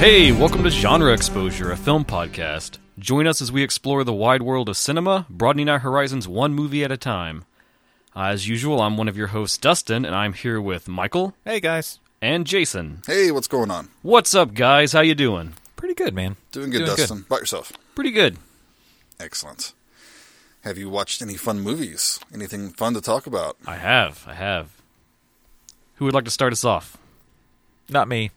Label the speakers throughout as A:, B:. A: Hey, welcome to Genre Exposure, a film podcast. Join us as we explore the wide world of cinema, broadening our horizons one movie at a time. Uh, as usual, I'm one of your hosts, Dustin, and I'm here with Michael
B: Hey guys,
A: and Jason.
C: Hey, what's going on?
A: What's up, guys? How you doing?
B: pretty good, man.
C: Doing good, Dustin. About yourself.
A: Pretty good.
C: Excellent. Have you watched any fun movies? Anything fun to talk about?
A: I have, I have. Who would like to start us off?
B: Not me.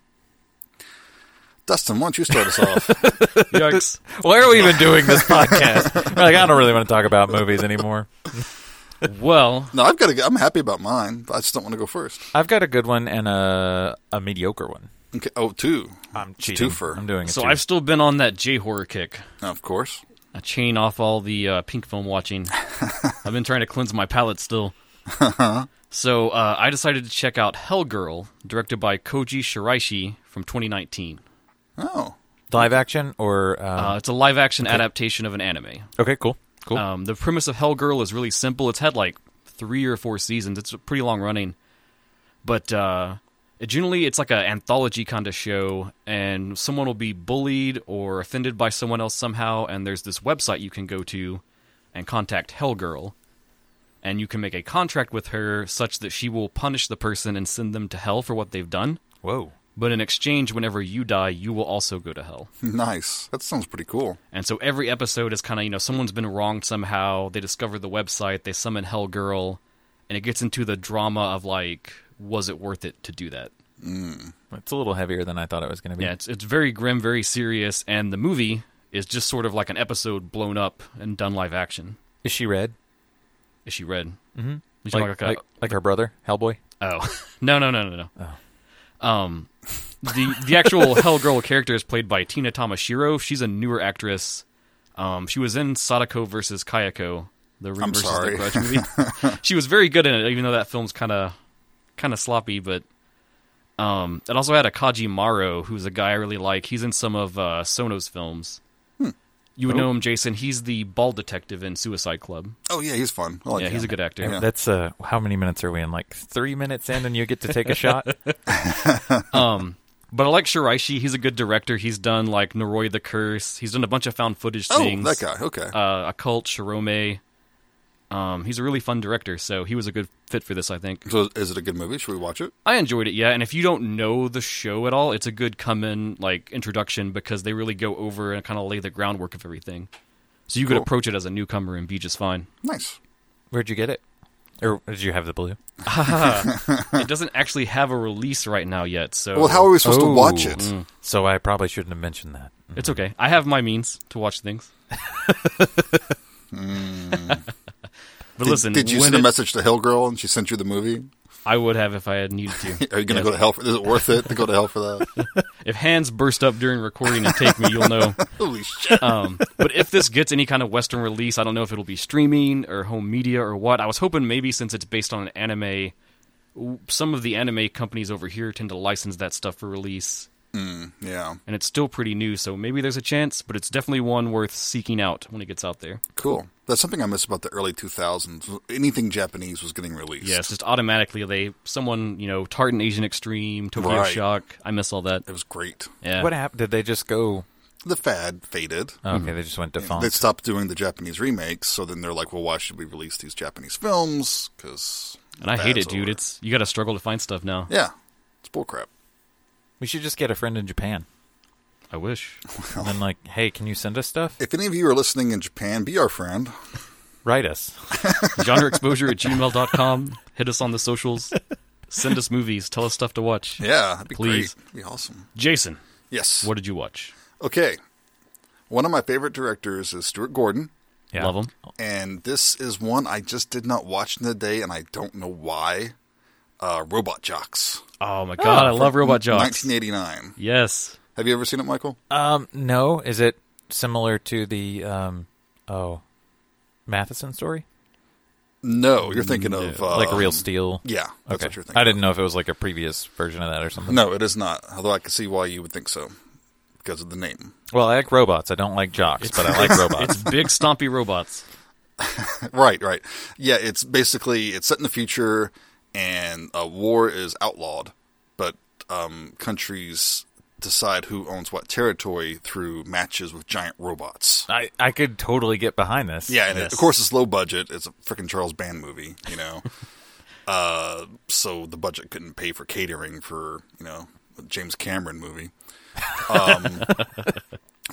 C: Dustin, why don't you start us off?
A: Yikes!
B: Why are we even doing this podcast? We're like, I don't really want to talk about movies anymore.
A: well,
C: No, I've got. To, I'm happy about mine. But I just don't want to go first.
B: I've got a good one and a a mediocre one.
C: Okay. Oh, two.
B: I'm
C: a
B: cheating.
C: twofer.
B: I'm doing it.
A: so I've still been on that J horror kick.
C: Of course.
A: I chain off all the uh, pink film watching. I've been trying to cleanse my palate still. so uh, I decided to check out Hellgirl, directed by Koji Shiraishi from 2019.
C: Oh,
B: live action or uh, uh,
A: Uh, it's a live action adaptation of an anime.
B: okay, cool, cool.
A: Um, the premise of Hellgirl is really simple. It's had like three or four seasons. It's pretty long running, but uh, it generally it's like an anthology kind of show, and someone will be bullied or offended by someone else somehow, and there's this website you can go to and contact Hellgirl, and you can make a contract with her such that she will punish the person and send them to hell for what they've done.
B: Whoa,
A: But in exchange, whenever you die, you will also go to hell.
C: nice. That sounds pretty cool.
A: And so every episode is kind of, you know, someone's been wronged somehow. They discover the website, they summon Hell Girl, and it gets into the drama of like, was it worth it to do that?
B: it's a little heavier than I thought it was going to be.
A: Yeah, it's, it's very grim, very serious, and the movie is just sort of like an episode blown up and done live action.
B: Is she red?
A: Is she red? Mm-hmm.
B: Like, like, like her brother, Hellboy.
A: Oh no no no no no.
C: Oh.
A: Um, the the actual Hell Girl character is played by Tina Tamashiro. She's a newer actress. Um, she was in Sadako versus Kayako, the Ring
C: I'm
A: versus
C: sorry.
A: the Grudge movie. she was very good in it, even though that film's kind of kind of sloppy. But um, it also had a Kaji Maro, who's a guy I really like. He's in some of uh, Sono's films.
C: Hmm.
A: You would know him, Jason. He's the bald detective in Suicide Club.
C: Oh yeah, he's fun. I like
A: yeah,
C: him.
A: he's a good actor.
C: Yeah.
B: That's uh, how many minutes are we in? Like three minutes in, and you get to take a shot.
A: Um, but I like Shiraishi. He's a good director. He's done like Noroi the Curse. He's done a bunch of found footage
C: Oh,
A: things.
C: that guy. Okay.
A: Uh, Occult, Shirome. Um, he's a really fun director, so he was a good fit for this, I think.
C: so, is it a good movie? Should we watch it?
A: I enjoyed it, yeah. And if you don't know the show at all, it's a good come in like introduction because they really go over and kind of lay the groundwork of everything. So you could
C: Cool.
A: approach it as a newcomer and be just fine.
C: Nice.
B: Where'd you get it? Or did you have the blue?
A: it doesn't actually have a release right now yet, so
C: Well, how are we supposed
B: Oh.
C: to watch it?
B: So I probably shouldn't have mentioned that.
A: it's okay. I have my means to watch things. but
C: Did,
A: listen,
C: did you
A: when
C: send
A: it-
C: a message to Hill Girl and she sent you the movie?
A: I would have if I had needed to.
C: Are you going to
A: Yes.
C: go to hell? For, is it worth it to go to hell for that?
A: If hands burst up during recording and take me, you'll know.
C: Holy shit!
A: Um, but if this gets any kind of Western release, I don't know if it'll be streaming or home media or what. I was hoping maybe since it's based on an anime, w- some of the anime companies over here tend to license that stuff for release,
C: yeah.
A: and it's still pretty new, so maybe there's a chance. But it's definitely one worth seeking out when it gets out there.
C: Cool. That's something I miss about the early 2000s. Anything Japanese was getting released.
A: Yes, just automatically they someone you know Tartan Asian Extreme, Tokyo
C: Right.
A: Shock. I miss all that.
C: It was great.
A: Yeah,
B: What happened? Did they just go?
C: The fad faded.
B: oh, okay, they just went to
C: They
B: font.
C: stopped doing the Japanese remakes, so then they're like, well, why should we release these Japanese films? Because.
A: and I hate it, dude. It's you got to struggle to find stuff now.
C: Yeah. It's bullcrap.
B: We should just get a friend in Japan
A: I wish.
B: and then like, hey, can you send us stuff?
C: If any of you are listening in Japan, be our friend.
B: Write us.
A: genreexposure at gmail.com. Hit us on the socials. Send us movies. Tell us stuff to watch.
C: Yeah, that'd be
A: Please.
C: great. That'd be awesome.
A: Jason,
C: Yes.
A: what did you watch?
C: Okay. One of my favorite directors is Stuart Gordon,
B: Yeah.
A: Love 'em.
C: and this is one I just did not watch in the day, and I don't know why. Uh, Robot Jocks.
A: Oh my god, I love Robot Jocks.
C: 1989.
A: Yes.
C: Have you ever seen it, Michael?
B: Um, no, is it similar to the um, oh, Matheson story?
C: No, you're thinking of uh,
B: Mm, like Real Steel.
C: Yeah, that's
B: okay.
C: what you're thinking.
B: I didn't know if it was like a previous version of that or something.
C: No, it is not. Although I can see why you would think so because of the name.
B: Well, I like robots. I don't like jocks, but I like robots.
A: It's big stompy robots.
C: Right, right. Yeah, it's basically it's set in the future, and uh, war is outlawed, but um, countries decide who owns what territory through matches with giant robots.
B: I, I could totally get behind this.
C: Yeah, and it-
A: Yes.
C: of course it's low budget. It's a freaking Charles Band movie, you know. uh, so the budget couldn't pay for catering for you know a James Cameron movie. Um,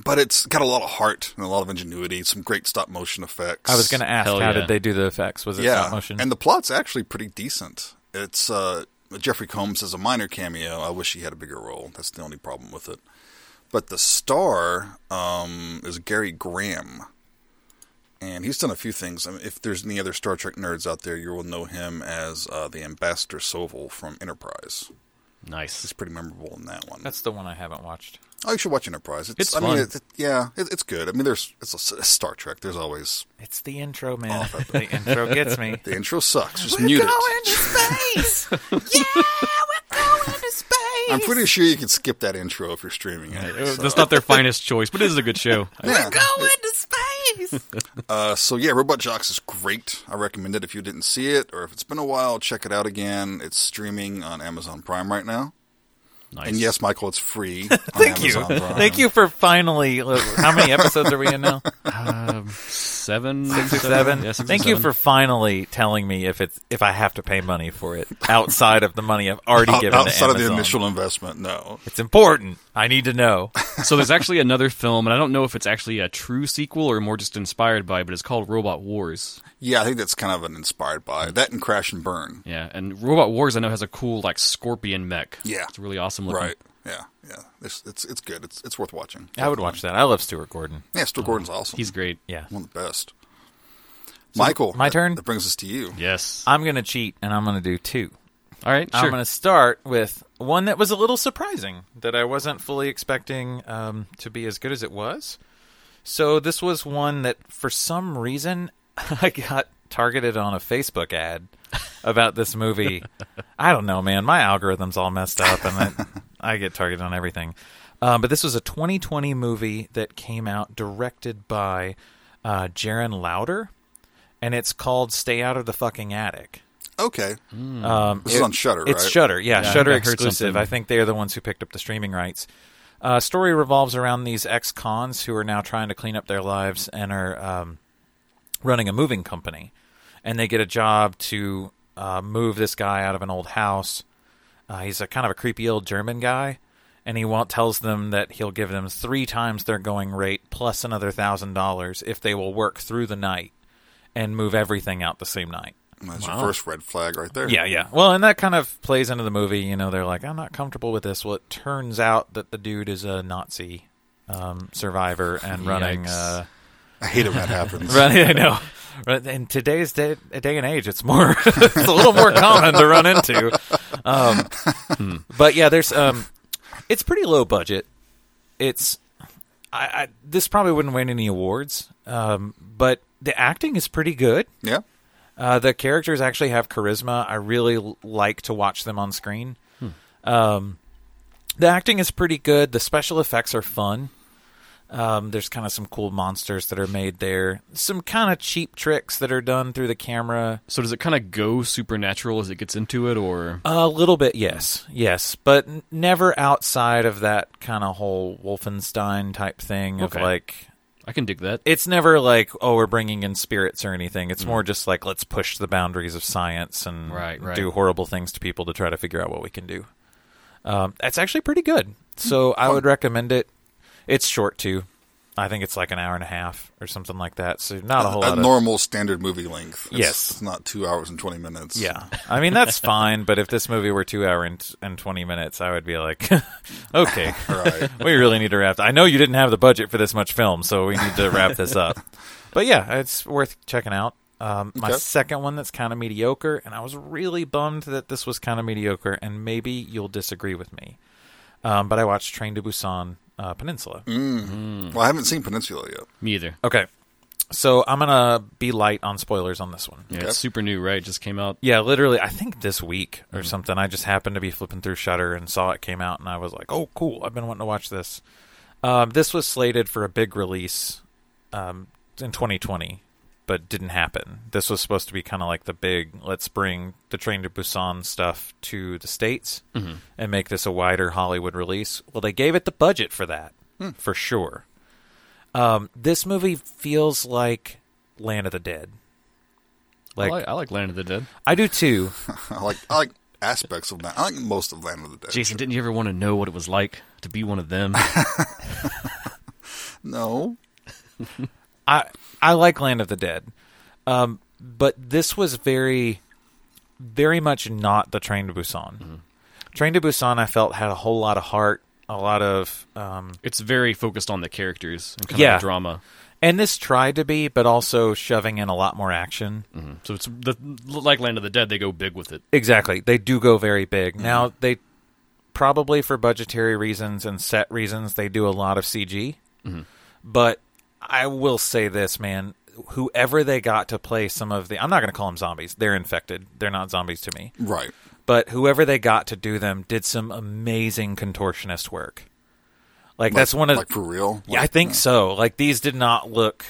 C: but it's got a lot of heart and a lot of ingenuity. Some great stop motion effects.
B: I was going to ask,
A: Hell
B: how
A: yeah.
B: did they do the effects? Was it
C: yeah,
B: stop motion?
C: and the plot's actually pretty decent. It's uh, Jeffrey Combs as a minor cameo. I wish he had a bigger role. That's the only problem with it. But the star um, is Gary Graham, and he's done a few things. I mean, if there's any other Star Trek nerds out there, you will know him as uh, the Ambassador Sovel from Enterprise.
A: Nice.
C: He's pretty memorable in that one.
B: That's the one I haven't watched.
C: oh, you should watch Enterprise. It's,
A: It's
C: I
A: fun.
C: mean, it, it- yeah, it, it's good. I mean, there's it's a, it's Star Trek. There's always
B: It's the
C: Oh,
B: intro, man. the intro gets me.
C: the intro sucks. Just mute it.
B: to space. yeah, we're going to space.
C: I'm pretty sure you can skip that intro if you're streaming it. so.
A: That's not their finest choice, but it is a good show.
C: Yeah.
B: to space.
C: Uh, so yeah, Robot Jocks is great. I recommend it if you didn't see it or if it's been a while, check it out again. It's streaming on Amazon Prime right now.
A: Nice.
C: And yes, Michael, it's free. Thank
B: Thank you. Thank you for finally. How many episodes are we in now?
A: Um, seven,
B: Six or seven.
A: Yeah, six or
B: Thank you
A: seven.
B: for finally telling me if it's if I have to pay money for it outside of the money I've already
C: Out,
B: given. to
C: outside of the
B: Amazon.
C: initial investment, no.
B: it's important. I need to know.
A: So there's actually another film, and I don't know if it's actually a true sequel or more just inspired by, but it's called Robot Wars.
C: Yeah, I think that's kind of an inspired by that and Crash and Burn.
A: Yeah, and Robot Wars I know has a cool like scorpion mech.
C: Yeah.
A: it's really awesome looking.
C: Right. Yeah. Yeah. It's it's, it's good. It's it's worth watching.
B: I would watch Oh, that. I love Stuart Gordon.
C: Yeah, Stuart Gordon's awesome.
A: He's great.
B: Yeah,
C: one of the best. Michael,
B: my
C: that-
B: turn?
C: That brings us to you.
A: Yes.
B: I'm gonna cheat and I'm gonna do two.
A: All right. Sure.
B: I'm going to start with one that was a little surprising that I wasn't fully expecting um, to be as good as it was. So this was one that, for some reason, I got targeted on a Facebook ad about this movie. I don't know, man. My algorithm's all messed up, and I, I get targeted on everything. Um, but this was a 2020 movie that came out directed by uh, Jaron Louder, and it's called "Stay Out of the Fucking Attic."
C: Okay.
B: Um,
C: This is on Shudder,
B: It's
C: right?
B: Shutter, yeah,
A: Yeah, I
B: Shutter
A: think I heard
B: exclusive.
A: something.
B: I think they are the ones who picked up the streaming rights. Uh, story revolves around these ex-cons who are now trying to clean up their lives and are um, running a moving company, and they get a job to uh, move this guy out of an old house. Uh, he's a kind of a creepy old German guy, and he won't tells them that he'll give them three times their going rate plus another thousand dollars if they will work through the night and move everything out the same night.
C: That's your first red flag right there.
B: Yeah, yeah. Well, and that kind of plays into the movie. You know, they're like, I'm not comfortable with this. Well, it turns out that the dude is a Nazi um, survivor and running.
A: Yikes.
B: Uh,
C: I hate it when that happens.
B: running, I know. Right, In today's day, day and age, it's more, it's a little more common to run into. Um, But yeah, there's, um, it's pretty low budget. It's, I, I this probably wouldn't win any awards, um, but the acting is pretty good.
C: Yeah.
B: Uh, the characters actually have charisma. I really l- like to watch them on screen. Um, the acting is pretty good. The special effects are fun. Um, there's kind of some cool monsters that are made there. Some kind of cheap tricks that are done through the camera.
A: So does it kind of go supernatural as it gets into it, or
B: A little bit, yes, yes, but n- never outside of that kind of whole Wolfenstein type thing
A: Okay.
B: of like
A: I can dig that.
B: it's never like oh we're bringing in spirits or anything it's more just like let's push the boundaries of science and
A: Mm. Right, right.
B: do horrible things to people to try to figure out what we can do um, that's actually pretty
A: Hmm.
B: good so i would recommend it it's short too i think it's like an hour and a half or something like that so not a
A: Uh,
B: whole
C: a
B: lot of
C: normal standard movie length. It's,
B: Yes.
C: it's not two hours and twenty minutes.
B: yeah i mean that's fine but if this movie were two hour and, and 20 minutes i would be like okay
C: All right.
B: we really need to wrap. I know you didn't have the budget for this much film, so we need to wrap this up. But yeah, it's worth checking out. Um, my
C: Okay.
B: second one that's kind of mediocre, and I was really bummed that this was kind of mediocre. And maybe you'll disagree with me, um, but I watched Train to Busan uh, Peninsula.
C: Well, I haven't seen Peninsula yet.
A: Me either.
B: Okay, so I'm gonna be light on spoilers on this one.
A: Yeah,
C: Okay.
A: it's super new, right? Just came out.
B: Yeah, literally, I think this week or something. I just happened to be flipping through Shutter and saw it came out, and I was like, "Oh, cool! I've been wanting to watch this." Um, this was slated for a big release um, in 2020, but didn't happen. This was supposed to be kind of like the big let's bring the Train to Busan stuff to the states and make this a wider Hollywood release. Well, they gave it the budget for that for sure. Um, this movie feels like Land of the Dead. Like
A: I, like, I like Land of the Dead.
B: I do too.
C: I like I like aspects of that. I like most of Land of the Dead.
A: Jason, didn't you ever want to know what it was like to be one of them?
C: No,
B: I I like Land of the Dead, um, but this was very, very much not the Train to Busan. Train to Busan, I felt had a whole lot of heart, a lot of, um,
A: it's very focused on the characters and kind
B: Yeah.
A: of the drama.
B: and this tried to be, but also shoving in a lot more action.
A: So it's the, like Land of the Dead. They go big with it.
B: Exactly, they do go very big. Now they probably for budgetary reasons and set reasons they do a lot of CG, but I will say this, man. Whoever they got to play some of the, I'm not going to call them zombies. They're infected. They're not zombies to me.
C: right.
B: but whoever they got to do them did some amazing contortionist work. Like, that's one of
C: like for real.
B: yeah, I
C: Like,
B: think so. Like these did not look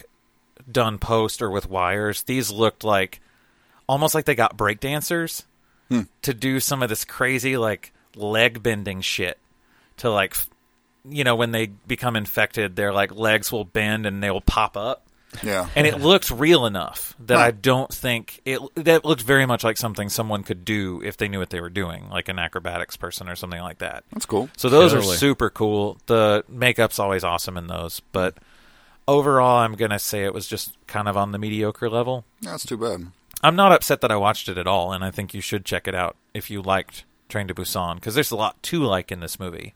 B: done post or with wires. These looked like almost like they got break dancers
C: Hmm.
B: to do some of this crazy like leg bending shit to like f- you know when they become infected their like legs will bend and they'll pop up
C: yeah.
B: and it looked real enough that
C: Huh.
B: I don't think it that looked very much like something someone could do if they knew what they were doing, like an acrobatics person or something like that.
C: That's cool.
B: So those
A: Totally.
B: are super cool. The makeup's always awesome in those, but overall, I'm gonna say it was just kind of on the mediocre level.
C: Yeah, that's too bad.
B: I'm not upset that I watched it at all, and I think you should check it out if you liked Train to Busan because there's a lot to like in this movie.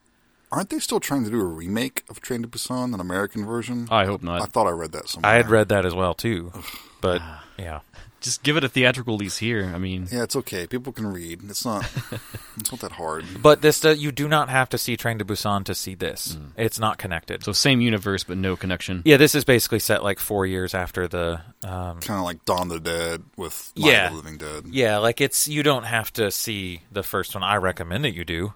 C: Aren't they still trying to do a remake of Train to Busan, an American version?
A: I hope
C: I
A: not.
C: thought I read that somewhere.
B: I had read that as well too, but yeah.
A: Just give it a theatrical release here. I mean,
C: Yeah, it's okay. People can read. It's not. it's not that hard.
B: But this, do- you do not have to see Train to Busan to see this. It's not connected.
A: so same universe but no connection.
B: Yeah, this is basically set like four years after the. Um,
C: Kind of like Dawn of the Dead with Night
B: Yeah.
C: of the Living Dead.
B: yeah, like it's you don't have to see the first one. I recommend that you do,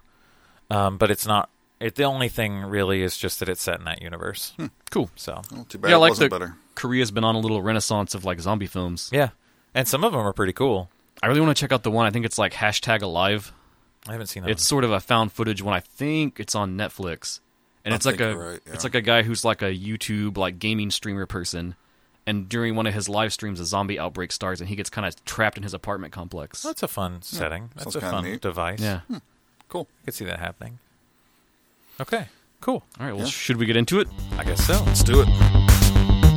B: um, but it's not. It the only thing really is just that it's set in that universe.
C: Hmm.
A: Cool.
B: So
C: Well, too bad
A: yeah,
C: it
A: like the
C: wasn't better.
A: Korea's been on a little renaissance of like zombie films.
B: yeah, and some of them are pretty cool.
A: I really want to check out the one. I think it's like hashtag Alive.
B: I haven't seen that.
A: It's sort of a found footage one. I think it's on Netflix, and
C: I
A: it's like a
C: think you're right, yeah.
A: it's like a guy who's like a YouTube like gaming streamer person, and during one of his live streams, a zombie outbreak starts, and he gets kind of trapped in his apartment complex.
B: one. That's a fun setting. That's
C: Hmm. sounds
B: a
C: kinda
B: fun
C: neat.
B: device.
A: yeah.
C: Hmm. Cool.
B: I could see that happening. Okay, cool.
A: All right. Well,
C: Yeah.
A: should we get into it?
B: I guess so.
C: Let's do it.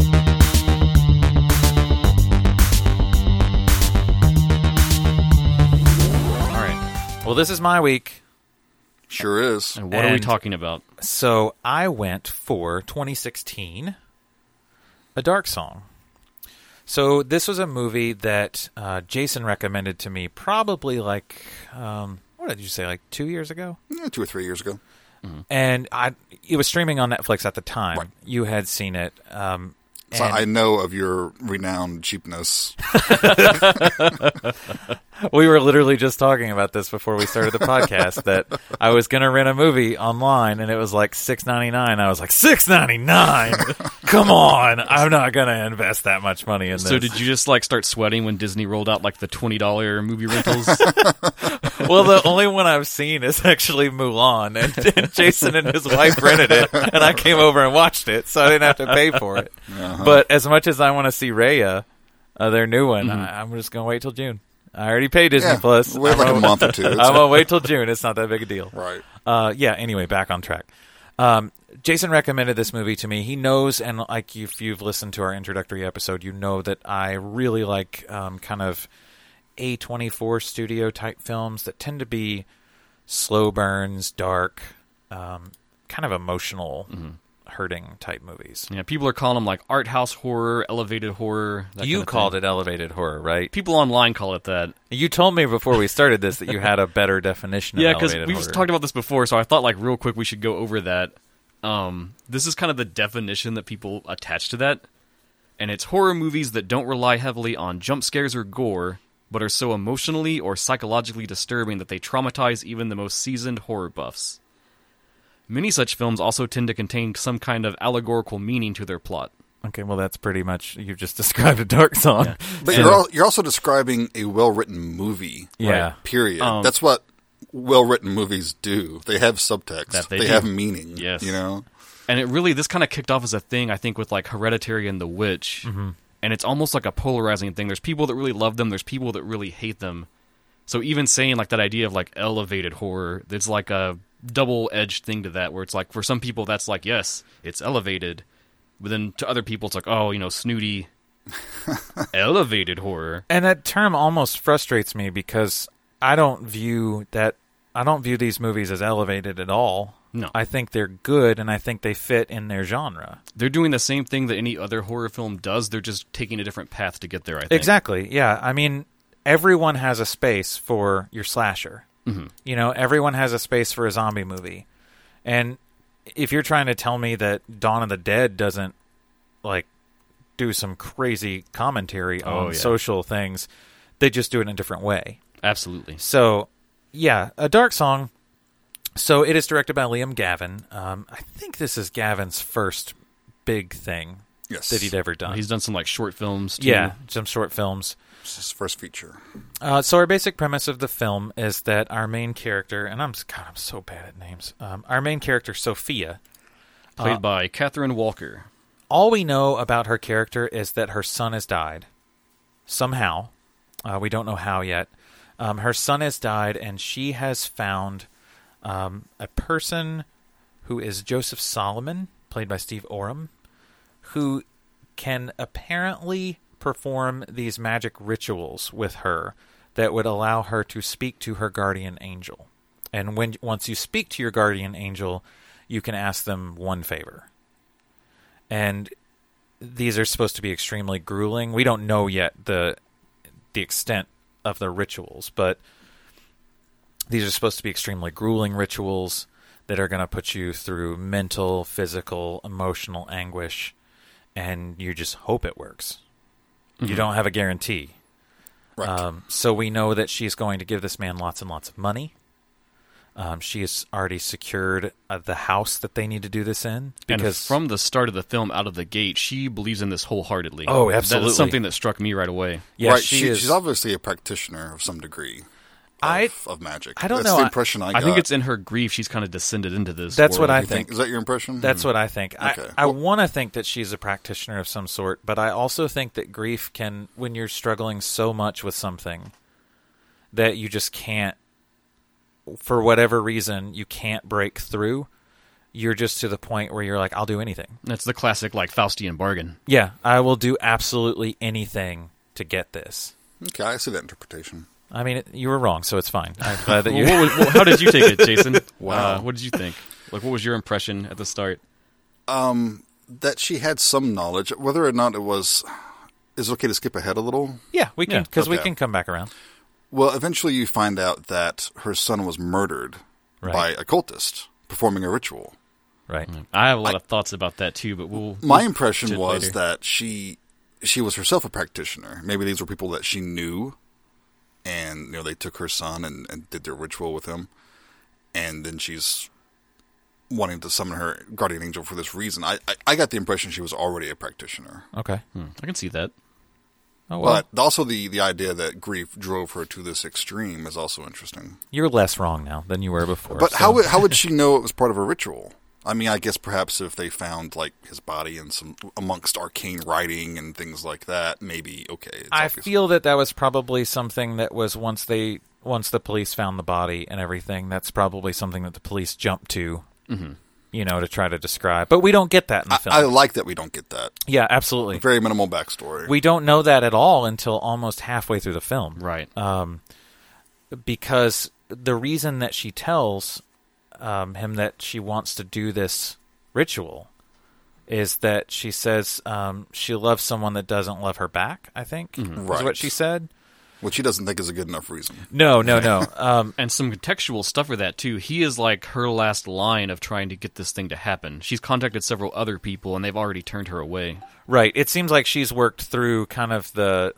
B: All right. Well, this is my week.
C: Sure is.
A: And what are we
B: And-
A: talking about?
B: So I went for 2016, A Dark Song. So this was a movie that uh, Jason recommended to me probably like, um, what did you say, like two years ago?
C: Yeah, two or three years ago.
B: And I, it was streaming on Netflix at the time.
C: Hmm. Right.
B: You had seen it. Um,
C: So
B: and
C: I know of your renowned cheapness.
B: we were literally just talking about this before we started the podcast that I was going to rent a movie online and it was like six ninety nine. I was like six ninety nine. Come on, I'm not going to invest that much money in this.
A: So did you just like start sweating when Disney rolled out like the twenty dollar movie rentals?
B: Well, the only one I've seen is actually Mulan, and, and Jason and his wife rented it, and I came over and watched it, so I didn't have to pay for it.
C: Uh-huh.
B: But as much as I want to see Raya, uh, their new one, I, I'm just going to wait till June. I already paid Disney
C: Mm-hmm. Yeah,
B: Plus.
C: wait
B: I'm
C: like a
B: gonna-
C: month or two. It's-
B: I'm gonna wait till June. It's not that big a deal.
C: right.
B: Uh, yeah. Anyway, back on track. Um, Jason recommended this movie to me. He knows, and like if you've listened to our introductory episode, you know that I really like um, kind of a twenty four studio type films that tend to be slow burns, dark, um, kind of emotional,
A: Mm-hmm.
B: hurting type movies.
A: yeah, people are calling them like art house horror, elevated horror. That
B: You called it elevated horror, right?
A: People online call it that.
B: You told me before we started this that you had a better definition.
A: Yeah,
B: of
A: because
B: elevated
A: we've
B: horror.
A: talked about this before, so I thought like real quick we should go over that. Um, this is kind of the definition that people attach to that, and it's horror movies that don't rely heavily on jump scares or gore, but are so emotionally or psychologically disturbing that they traumatize even the most seasoned horror buffs. Many such films also tend to contain some kind of allegorical meaning to their plot.
B: Okay, well, that's pretty much you've just described a dark song.
A: Yeah.
C: But
B: So-
C: you're, al- you're also describing a well written movie.
B: Yeah.
C: Period.
A: Um,
C: That's what well written movies do. They have subtext.
A: That they
C: they
A: do.
C: have meaning.
A: Yes.
C: You know.
A: and it really this kind of kicked off as a thing I think with like Hereditary and The Witch, and it's almost like a polarizing thing. There's people that really love them. There's people that really hate them. So even saying like that idea of like elevated horror, there's like a double edged thing to that where it's like for some people that's like yes, it's elevated, but then to other people it's like oh you know snooty, elevated horror.
B: And that term almost frustrates me because I don't view that I don't view these movies as elevated at all.
A: No.
B: I think they're good and I think they fit in their genre.
A: They're doing the same thing that any other horror film does. They're just taking a different path to get there. I think
B: Exactly. Yeah. I mean, everyone has a space for your slasher. Mm-hmm. You know, everyone has a space for a zombie movie. And if you're trying to tell me that Dawn of the Dead doesn't like do some crazy commentary on
A: Oh, yeah.
B: social things, they just do it in a different way.
A: absolutely.
B: So, yeah, a dark song. So it is directed by Liam Gavin. Um, I think this is Gavin's first big thing
C: Yes.
B: that he'd ever done.
A: He's done some like short films. Too.
B: yeah, some short films.
C: It's his first feature.
B: Uh, so our basic premise of the film is that our main character, and I'm s- God, I'm so bad at names. Um, our main character, Sophia.
A: played by Catherine Walker.
B: All we know about her character is that her son has died. Somehow, uh, we don't know how yet. Um, her son has died, and she has found um, a person who is Joseph Solomon, played by Steve Oram, who can apparently perform these magic rituals with her that would allow her to speak to her guardian angel. And when once you speak to your guardian angel, you can ask them one favor. And these are supposed to be extremely grueling. We don't know yet the the extent of the rituals, but these are supposed to be extremely grueling rituals that are going to put you through mental, physical, emotional anguish, and you just hope it works. You don't have a guarantee.
C: Right.
B: Um, so we know that she's going to give this man lots and lots of money. Um, she has already secured uh, the house that they need to do this in
A: and
B: because
A: from the start of the film, out of the gate, she believes in this wholeheartedly.
B: Oh,
A: That
B: absolutely.
A: is something that struck me right away.
B: yeah,
C: right.
B: she,
C: she-
B: is.
C: She's obviously a practitioner of some degree. Of,
B: I-
C: of magic.
B: I don't
C: That's
B: know.
C: the
B: I-
C: impression I,
A: I
C: got.
A: think it's in her grief she's kind of descended into this.
B: That's what
A: world.
B: I
C: You think,
B: think.
C: is that your impression?
B: That's what I think.
C: Mm. Okay.
B: I, I want to think that she's a practitioner of some sort, but I also think that grief can, when you're struggling so much with something that you just can't, for whatever reason, you can't break through, you're just to the point where you're like, I'll do anything.
A: That's the classic like Faustian bargain.
B: Yeah, I will do absolutely anything to get this.
C: Hmm. Okay, I see that interpretation.
B: I mean, it, you were wrong, so it's fine. I'm glad that
A: Well,
B: you.
A: what was- well, how did you take it, Jason?
C: Wow.
A: Uh, what did you think? Like, what was your impression at the start?
C: That she had some knowledge, whether or not it was. Is it okay to skip ahead a little?
B: yeah, we can
A: Yeah,
B: because we
C: okay.
B: can come back around.
C: Well, eventually you find out that her son was murdered
B: Right.
C: by a cultist performing a ritual.
B: Right.
C: Mm.
A: I have a lot of thoughts about that too, but we'll.
C: My
A: we'll
C: impression
A: shit
C: was
A: later.
C: that she she was herself a practitioner. Maybe these were people that she knew, and you know they took her son and, and did their ritual with him, and then she's wanting to summon her guardian angel for this reason. I I, I got the impression she was already a practitioner,
B: Okay.
A: Hmm, I can see that.
B: Oh well,
C: Mm. but also the the idea that grief drove her to this extreme is also interesting.
B: you're less wrong now than you were before.
C: But
B: so-
C: how would how would she know it was part of a ritual? I mean, I guess perhaps if they found like his body and some amongst arcane writing and things like that, maybe okay. It's
B: I
C: obvious.
B: feel that that was probably something that was once they once the police found the body and everything. That's probably something that the police jumped to, you know, to try to describe. But we don't get that in the
C: Mm-hmm. I,
B: film.
C: I like that we don't get that.
B: yeah, absolutely.
C: Very minimal backstory.
B: We don't know that at all until almost halfway through the film,
A: Right.
B: because the reason that she tells um, him that she wants to do this ritual is that she says um, she loves someone that doesn't love her back. I think is what
C: Mm-hmm. Right.
B: she said.
C: which he doesn't think is a good enough reason.
B: No, no, no. Um,
A: and some contextual stuff for that too. He is like her last line of trying to get this thing to happen. She's contacted several other people, and they've already turned her away.
B: Right. It seems like she's worked through kind of the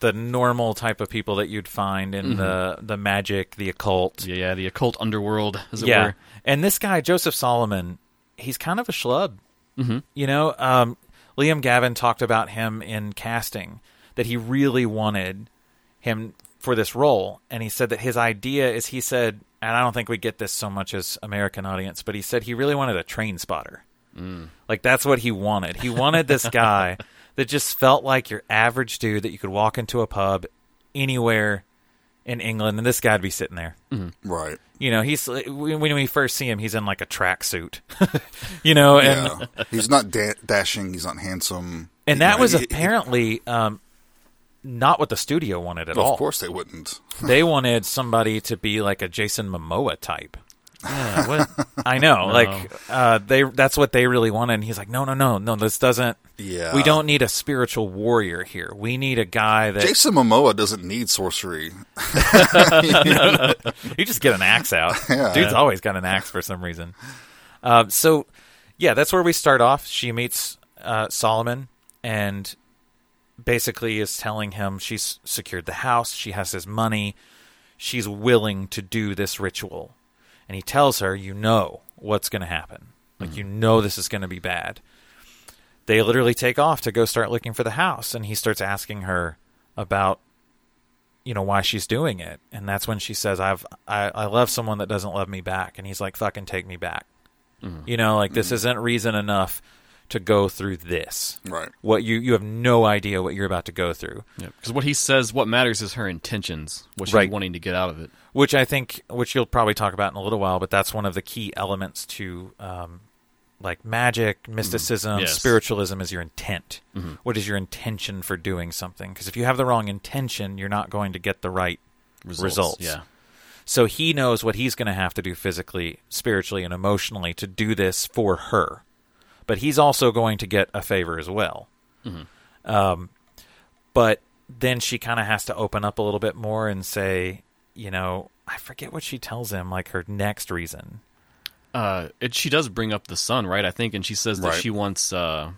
B: the normal type of people that you'd find in the the magic, the occult.
A: Yeah, yeah, the occult underworld, as it
B: Yeah.
A: were.
B: And this guy Joseph Solomon, he's kind of a schlub. Mm-hmm. You know, um, Liam Gavin talked about him in casting that he really wanted him for this role, and he said that his idea is he said, and I don't think we get this so much as American audience, but he said he really wanted a train spotter. Like that's what he wanted. He wanted this guy that just felt like your average dude that you could walk into a pub anywhere in England, and this guy'd be sitting there.
C: Right.
B: You know, he's when when we first see him, he's in like a tracksuit. you know, and
C: Yeah. he's not da- dashing. He's not handsome.
B: and
C: You
B: that
C: know,
B: was
C: he- he-
B: apparently um, not what the studio wanted at
C: Well,
B: all.
C: of course they wouldn't.
B: They wanted somebody to be like a Jason Momoa type.
A: Yeah, what?
B: I know, like uh, they that's what they really wanted. And he's like, no, no, no, no, this doesn't.
C: Yeah.
B: we don't need a spiritual warrior here. We need a guy that
C: Jason Momoa doesn't need sorcery.
B: you just get an axe out. Dude's always got an axe for some reason. Um, so, yeah, that's where we start off. She meets uh, Solomon and basically is telling him she's secured the house, she has his money, she's willing to do this ritual. And he tells her, You know what's going to happen. Like, you know this is going to be bad. They literally take off to go start looking for the house. And he starts asking her about you know why she's doing it and that's when she says i've i, I love someone that doesn't love me back and he's like fucking take me back you know like this isn't reason enough to go through this
C: Right.
B: what you you have no idea what you're about to go through
A: Because what he says, what matters is her intentions, what she's
B: Right.
A: wanting to get out of it.
B: which i think which you'll probably talk about in a little while but that's one of the key elements to um like magic mysticism
A: Yes.
B: spiritualism is your intent What is your intention for doing something because if you have the wrong intention you're not going to get the right Results.
A: Yeah.
B: So he knows what he's going to have to do physically, spiritually, and emotionally to do this for her. But he's also going to get a favor as well. Um, but then she kind of has to open up a little bit more and say, you know, I forget what she tells him, like her next reason.
A: Uh, it, she does bring up the son, right? I think, and she says that
C: Right.
A: she wants. Uh,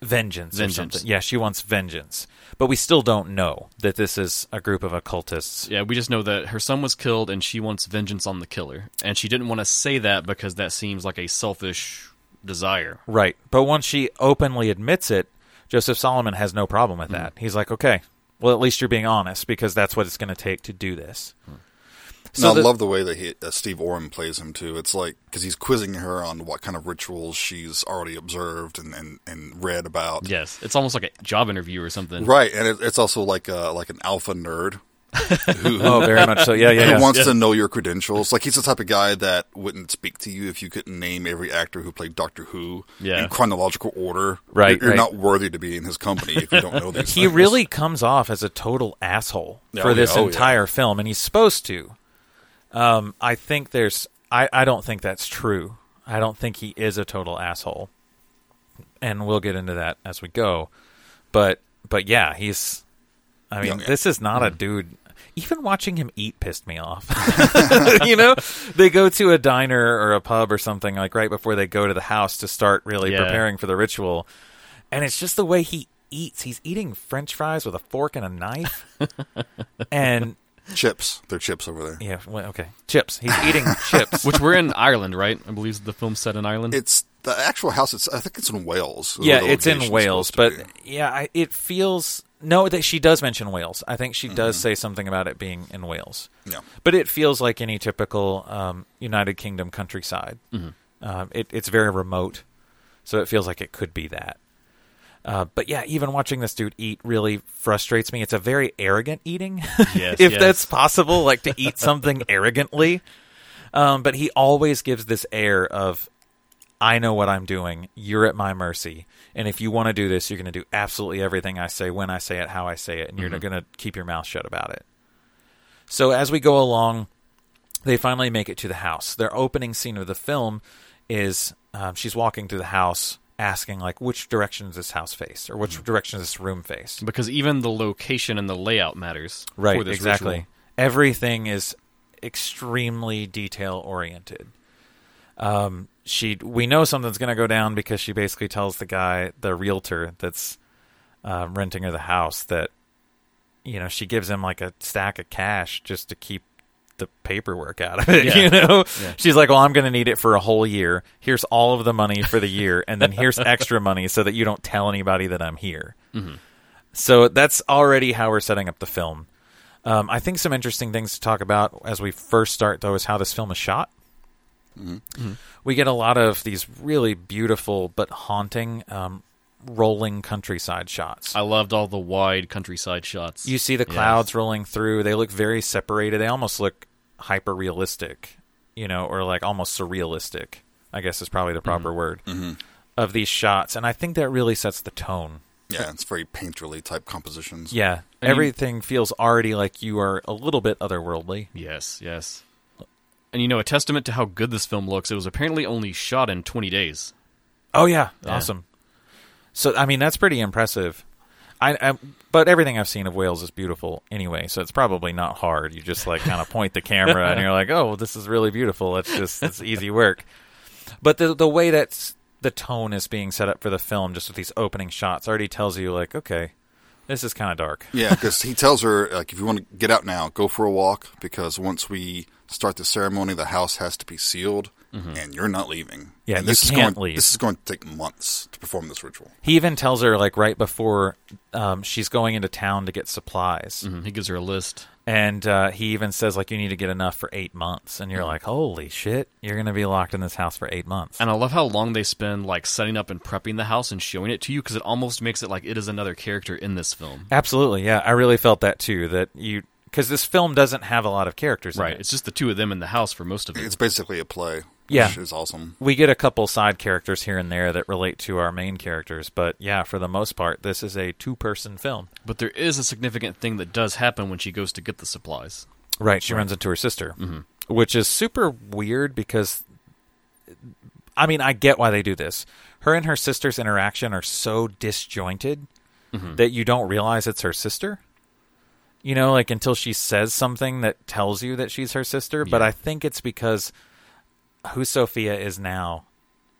B: Vengeance,
A: Vengeance.
B: or something. Yeah, she wants vengeance. But we still don't know that this is a group of occultists.
A: yeah, we just know that her son was killed, and she wants vengeance on the killer. And she didn't want to say that because that seems like a selfish desire.
B: Right. But once she openly admits it, Joseph Solomon has no problem with that. He's like, okay, well, at least you're being honest because that's what it's going to take to do this. So
C: no,
B: the-
C: I love the way that he, uh, Steve Oren plays him too. It's like because he's quizzing her on what kind of rituals she's already observed and, and, and read about.
A: Yes, it's almost like a job interview or something.
C: Right, and it, it's also like a, like an alpha nerd who, who
B: Oh, very much so. Yeah, yeah, yeah.
C: wants to know your credentials. Like he's the type of guy that wouldn't speak to you if you couldn't name every actor who played Doctor Who
A: Yeah.
C: in chronological order.
B: Right,
C: you're, you're
B: right.
C: not worthy to be in his company if you don't know these.
B: He
C: things.
B: really comes off as a total asshole
C: Yeah,
B: for
C: oh,
B: this
C: yeah, oh, yeah.
B: entire film, and he's supposed to. Um, I think there's. I, I don't think that's true. I don't think he is a total asshole, and we'll get into that as we go. But but yeah, he's. I mean,
C: Yeah, Mm. yeah.
B: this is not a dude. Even watching him eat pissed me off. you know, they go to a diner or a pub or something like right before they go to the house to start really
A: Yeah.
B: preparing for the ritual, and it's just the way he eats. He's eating French fries with a fork and a knife, and
C: chips. They're chips over there.
B: yeah, well, okay, chips. He's eating chips.
A: Which we're in Ireland, right? I believe the film's set in Ireland.
C: It's the actual house. It's I think it's in Wales. is
B: yeah,
C: where the
B: it's in
C: location's
B: Wales, but
C: supposed to be.
B: yeah, I, it feels no that she does mention Wales. I think she does
A: Mm-hmm.
B: say something about it being in Wales.
C: Yeah.
B: but it feels like any typical um, United Kingdom countryside.
A: Mm-hmm.
B: Um, it, it's very remote, so it feels like it could be that. Uh, but yeah, even watching this dude eat really frustrates me. It's a very arrogant eating,
A: Yes,
B: if
A: yes.
B: that's possible, like to eat something arrogantly. Um, but he always gives this air of, I know what I'm doing. You're at my mercy. And if you want to do this, you're going to do absolutely everything I say, when I say it, how I say it, and you're going to keep your mouth shut about it. So as we go along, they finally make it to the house. Their opening scene of the film is um, she's walking through the house, asking like, "Which direction does this house face, or which direction does this room face?"
A: because even the location and the layout matters. for this
B: exactly.
A: ritual.
B: Everything is extremely detail oriented. Um, she we know something's going to go down because she basically tells the guy, the realtor that's um, renting her the house, that you know she gives him like a stack of cash just to keep the paperwork out of it.
A: Yeah.
B: You know,
A: Yeah.
B: she's like, "Well, I'm going to need it for a whole year. Here's all of the money for the year, and then here's extra money so that you don't tell anybody that I'm here." So that's already how we're setting up the film. Um, I think some interesting things to talk about as we first start, though, is how this film is shot. We get a lot of these really beautiful but haunting um, rolling countryside shots.
A: I loved all the wide countryside shots.
B: You see the
A: Yeah.
B: clouds rolling through. They look very separated. They almost look hyper realistic, you know, or like almost surrealistic, I guess is probably the proper word, of these shots. And I think that really sets the tone.
C: Yeah, it's very painterly type compositions.
B: Yeah.
A: And you-
B: Everything feels already like you are a little bit otherworldly.
A: Yes, yes. And you know, a testament to how good this film looks, it was apparently only shot in 20 days.
B: Oh yeah, awesome. So I mean that's pretty impressive. I, I but everything I've seen of Wales is beautiful anyway, so it's probably not hard. You just like kind of point the camera and you're like, oh, well, this is really beautiful. It's just it's easy work. But the the way that's the tone is being set up for the film, just with these opening shots, already tells you like, okay, this is kind of dark.
C: Yeah, because he tells her like, if you want to get out now, go for a walk because once we start the ceremony, the house has to be sealed, and you're not leaving.
B: Mm-hmm. Yeah,
C: and
B: you
C: this is
B: can't
C: going,
B: leave.
C: This is going to take months to perform this ritual.
B: He even tells her like right before um, she's going into town to get supplies.
A: Mhm, He gives her a list.
B: And uh, he even says like you need to get enough for eight months, and you're like, holy shit, you're gonna be locked in this house for eight months.
A: Mm-hmm. And I love how long they spend like setting up and prepping the house and showing it to you because it almost makes it like it is another character in this film.
B: Absolutely, yeah, I really felt that too. That you because this film doesn't have a lot of characters, In
A: Right.
B: it.
A: It's just the two of them in the house for most of
C: It's
A: it.
C: basically a play.
B: Yeah.
C: which is awesome.
B: We get a couple side characters here and there that relate to our main characters, but yeah, for the most part, this is a two-person film.
A: But there is a significant thing that does happen when she goes to get the supplies.
B: Right, she runs into her sister,
A: Mm-hmm.
B: which is super weird because I mean, I get why they do this. Her and her sister's interaction are so disjointed
A: Mm-hmm.
B: that you don't realize it's her sister. You know, like until she says something that tells you that she's her sister, but
A: Yeah.
B: I think it's because who Sophia is now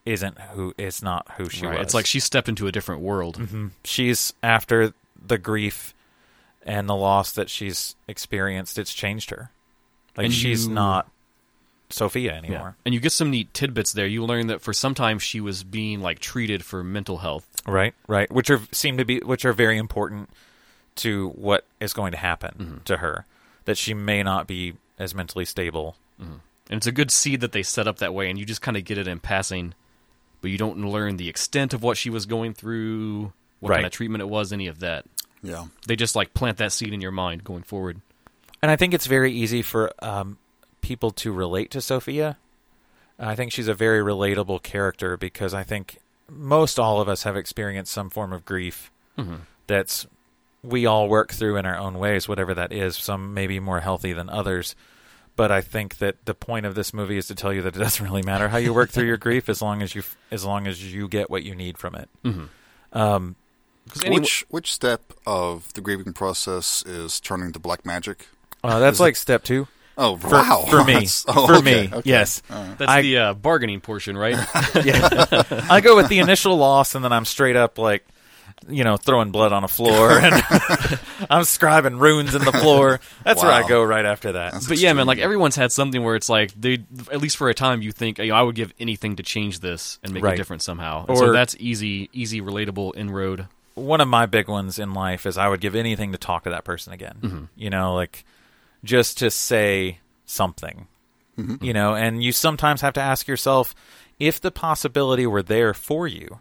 B: isn't who it's not who she
A: right.
B: was. Mm-hmm.
A: It's like she stepped into a different world.
B: she's after the grief and the loss that she's experienced it's changed her like
A: And
B: she's
A: you-
B: not sophia anymore
A: And you get some neat tidbits there. You learn that for some time she was being like treated for mental health.
B: right right which are seem to be which are very important to what is going to happen
A: Mm-hmm.
B: to her that she may not be as mentally stable
A: And it's a good seed that they set up that way, and you just kind of get it in passing, but you don't learn the extent of what she was going through, what kind
B: Right.
A: of treatment it was, any of that.
C: Yeah,
A: They just like plant that seed in your mind going forward.
B: And I think it's very easy for um, people to relate to Sophia. I think she's a very relatable character because I think most all of us have experienced some form of grief
C: Mm-hmm.
B: that's we all work through in our own ways, whatever that is. Some may be more healthy than others. But I think that the point of this movie is to tell you that it doesn't really matter how you work through your grief as long as you as long as you get what you need from it.
C: Mm.
A: any-
C: which which step of the grieving process is turning to black magic?
B: Uh, that's like step two.
C: Oh
B: For,
C: wow,
B: for me,
C: That's- oh,
B: for
C: okay,
B: me,
C: okay.
B: yes.
A: That's
B: I-
A: the uh, bargaining portion, right?
B: Yeah. I go with the initial loss, and then I'm straight up like, you know, throwing blood on a floor, and I'm scribing runes in the floor. That's where I
C: Wow.
B: go right after that.
A: but yeah, man, like everyone's had something where it's like they, at least for a time, you think, you know, I would give anything to change this and make
B: Right.
A: it different somehow. And so
B: Or-
A: that's easy, easy, relatable inroad.
B: One of my big ones in life is I would give anything to talk to that person again. You know, like just to say something. You know, and you sometimes have to ask yourself if the possibility were there for you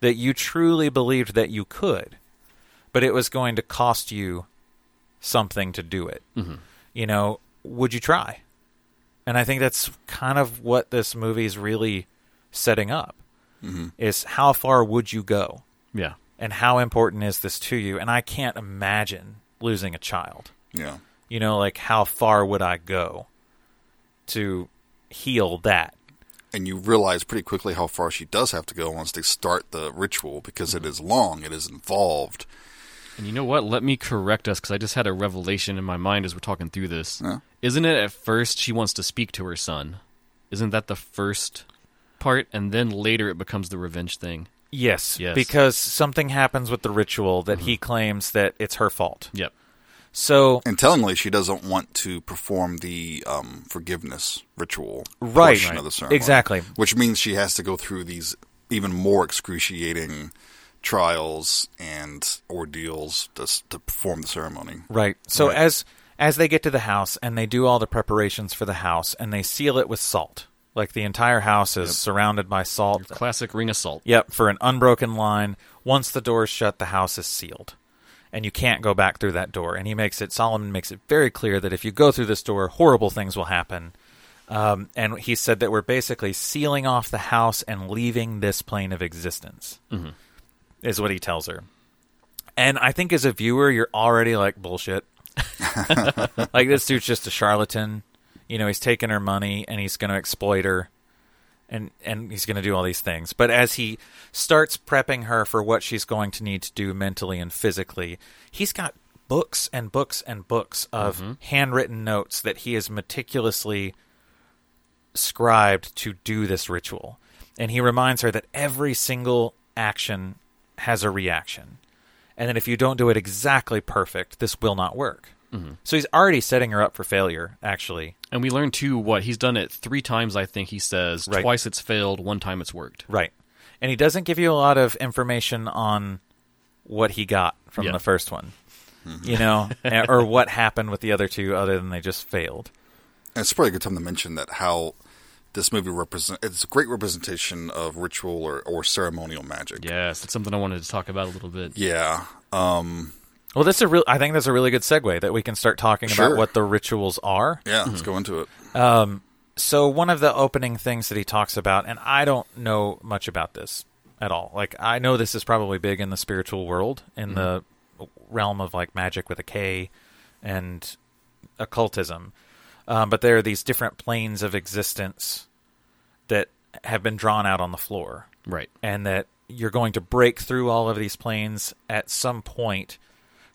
B: that you truly believed that you could, but it was going to cost you something to do it. You know, would you try? And I think that's kind of what this movie is really setting up is how far would you go?
A: Yeah.
B: and how important is this to you? And I can't imagine losing a child.
C: yeah,
B: You know, like how far would I go to heal that?
C: and you realize pretty quickly how far she does have to go once they start the ritual because
B: Mm-hmm.
C: it is long, it is involved.
A: And you know what? Let me correct us because I just had a revelation in my mind as we're talking through this.
C: Yeah.
A: Isn't it at first she wants to speak to her son? Isn't that the first part? And then later it becomes the revenge thing.
B: Yes,
A: Yes.
B: because something happens with the ritual that he claims that it's her fault.
A: Yep.
B: So
C: And tellingly, she doesn't want to perform the um, forgiveness ritual
B: Right,
C: portion
B: right.
C: of the ceremony.
B: Exactly.
C: Which means she has to go through these even more excruciating trials and ordeals to, s- to perform the ceremony.
B: Right. So as as they get to the house and they do all the preparations for the house and they seal it with salt. Like the entire house is surrounded by salt.
A: Classic ring assault.
B: Yep, for an unbroken line. Once the door is shut, the house is sealed. And you can't go back through that door. And he makes it Solomon makes it very clear that if you go through this door, horrible things will happen. Um, and he said that we're basically sealing off the house and leaving this plane of existence, is what he tells her. And I think as a viewer, you're already like bullshit. like this dude's just a charlatan. You know, he's taking her money and he's going to exploit her, and and he's going to do all these things. But as he starts prepping her for what she's going to need to do mentally and physically, he's got books and books and books of handwritten notes that he has meticulously scribed to do this ritual. And he reminds her that every single action has a reaction. And that if you don't do it exactly perfect, this will not work. So he's already setting her up for failure, actually.
A: And we learn too what he's done it three times. I think he says
B: Right.
A: twice it's failed, one time it's worked.
B: Right. And he doesn't give you a lot of information on what he got from
A: Yeah.
B: the first one, you know, a- or what happened with the other two other than they just failed.
C: And it's probably a good time to mention that how this movie represent it's a great representation of ritual or, or ceremonial magic.
A: Yes, that's something I wanted to talk about a little bit.
C: Yeah. Um,
B: Well, that's a real. I think that's a really good segue that we can start talking
C: Sure.
B: about what the rituals are.
C: yeah, let's go into it.
B: so one of the opening things that he talks about and i don't know much about this at all like i know this is probably big in the spiritual world in the realm of like magic with a k and occultism um, but there are these different planes of existence that have been drawn out on the floor
A: Right.
B: and that you're going to break through all of these planes at some point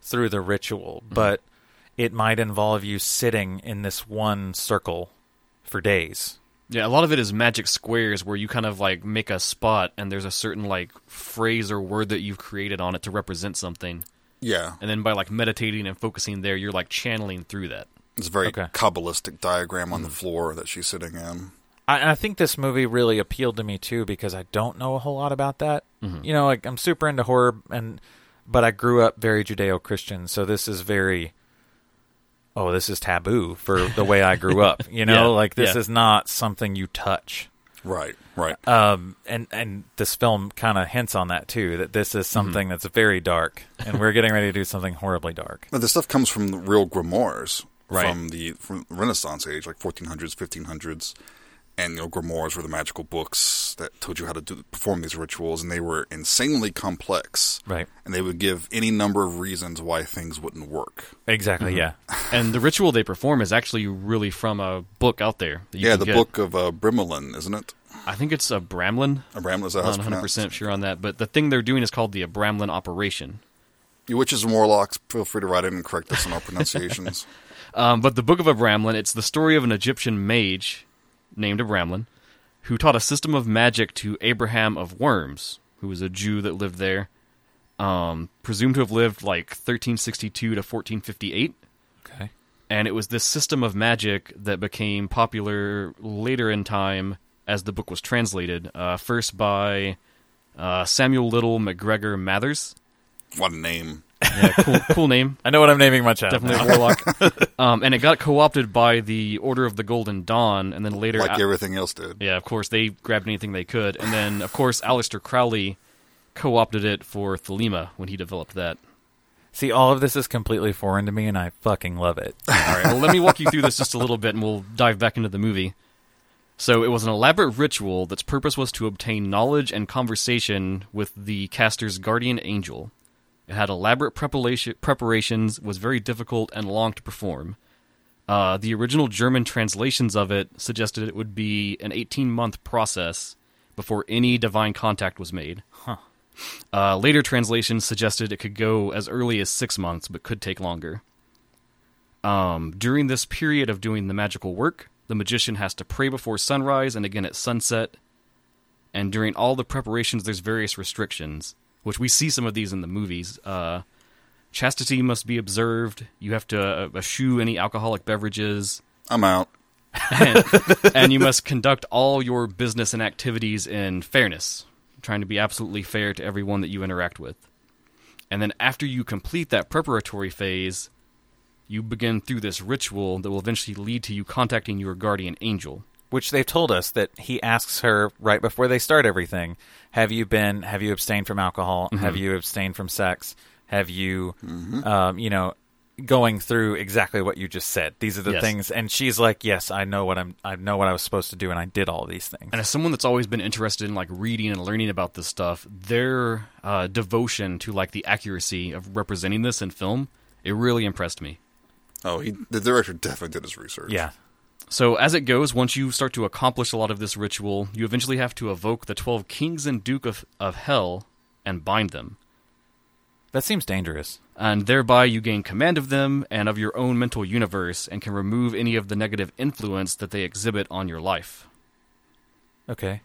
B: through the ritual,
A: Mm-hmm.
B: but it might involve you sitting in this one circle for days.
A: Yeah, a lot of it is magic squares where you kind of like make a spot and there's a certain like phrase or word that you've created on it to represent something.
C: Yeah.
A: And then by like meditating and focusing there, you're like channeling through that.
C: It's a very
B: Okay.
C: Kabbalistic diagram
A: Mm.
C: on the floor that she's sitting in.
B: I, and I think this movie really appealed to me too because I don't know a whole lot about that.
A: Mm-hmm.
B: You know, like I'm super into horror, and but I grew up very Judeo-Christian, so this is very. Oh, this is taboo for the way I grew up. You know,
A: Yeah,
B: like this
A: yeah.
B: is not something you touch.
C: Right, right.
A: Uh,
B: Um, and and this film kind of hints on that too. That this is something that's very dark, and we're getting ready to do something horribly dark.
C: But the stuff comes from the real grimoires
B: Right.
C: from the from Renaissance age, like 1400s, 1500s. And you know, grimoires were the magical books that told you how to do, perform these rituals, and they were insanely complex.
B: Right.
C: And they would give any number of reasons why things wouldn't work.
B: Exactly. Yeah.
A: And the ritual they perform is actually really from a book out there. that you
C: yeah,
A: can
C: the
A: get.
C: book of uh, Brimelin, isn't it?
A: I think it's a Bramlin.
C: Abramlin, is that
A: I'm not
C: how
A: 100
C: it's pronounced?
A: percent sure on that, but the thing they're doing is called the uh, Bramlin operation.
C: You witches and warlocks, feel free to write in and correct us on our pronunciations.
A: Um, but the Book of Abramlin, it's the story of an Egyptian mage named Abramlin who taught a system of magic to Abraham of Worms, who was a Jew that lived there, um, presumed to have lived like 1362 to 1458.
B: Okay.
A: And it was this system of magic that became popular later in time as the book was translated, uh, first by uh, Samuel Little McGregor Mathers.
C: what a name.
A: Yeah, cool, cool name.
B: I know what I'm naming my child.
A: Definitely
B: now.
A: a warlock. um, and it got co opted by the Order of the Golden Dawn, and then later.
C: Like
A: Al-
C: everything else did.
A: yeah, of course, they grabbed anything they could. And then, of course, Aleister Crowley co opted it for Thelema when he developed that.
B: See, all of this is completely foreign to me, and I fucking love it.
A: All right, well, let me walk you through this just a little bit, and we'll dive back into the movie. So, it was an elaborate ritual that's purpose was to obtain knowledge and conversation with the caster's guardian angel. It had elaborate preparation, preparations, was very difficult and long to perform. Uh, the original German translations of it suggested it would be an 18 month process before any divine contact was made. Uh, later translations suggested it could go as early as six months, but could take longer. Um, during this period of doing the magical work, the magician has to pray before sunrise and again at sunset. And during all the preparations, there's various restrictions, which we see some of these in the movies. Uh, Chastity must be observed. You have to uh, eschew any alcoholic beverages,
C: I'm out.
A: and, and you must conduct all your business and activities in fairness, trying to be absolutely fair to everyone that you interact with. And then after you complete that preparatory phase, you begin through this ritual that will eventually lead to you contacting your guardian angel.
B: Which they've told us that he asks her right before they start everything, have you been have you abstained from alcohol? Have you abstained from sex? Have you um, you know, going through exactly what you just said. These are the
A: Yes.
B: things and she's like, "Yes, I know what I'm I know what I was supposed to do and I did all these things."
A: And as someone that's always been interested in like reading and learning about this stuff, their uh, devotion to like the accuracy of representing this in film, it really impressed me.
C: Oh, he, the director definitely did his research.
B: yeah.
A: So as it goes, once you start to accomplish a lot of this ritual, you eventually have to evoke the twelve kings and duke of, of hell and bind them,
B: That seems dangerous.
A: and thereby you gain command of them and of your own mental universe, and can remove any of the negative influence that they exhibit on your life.
B: Okay.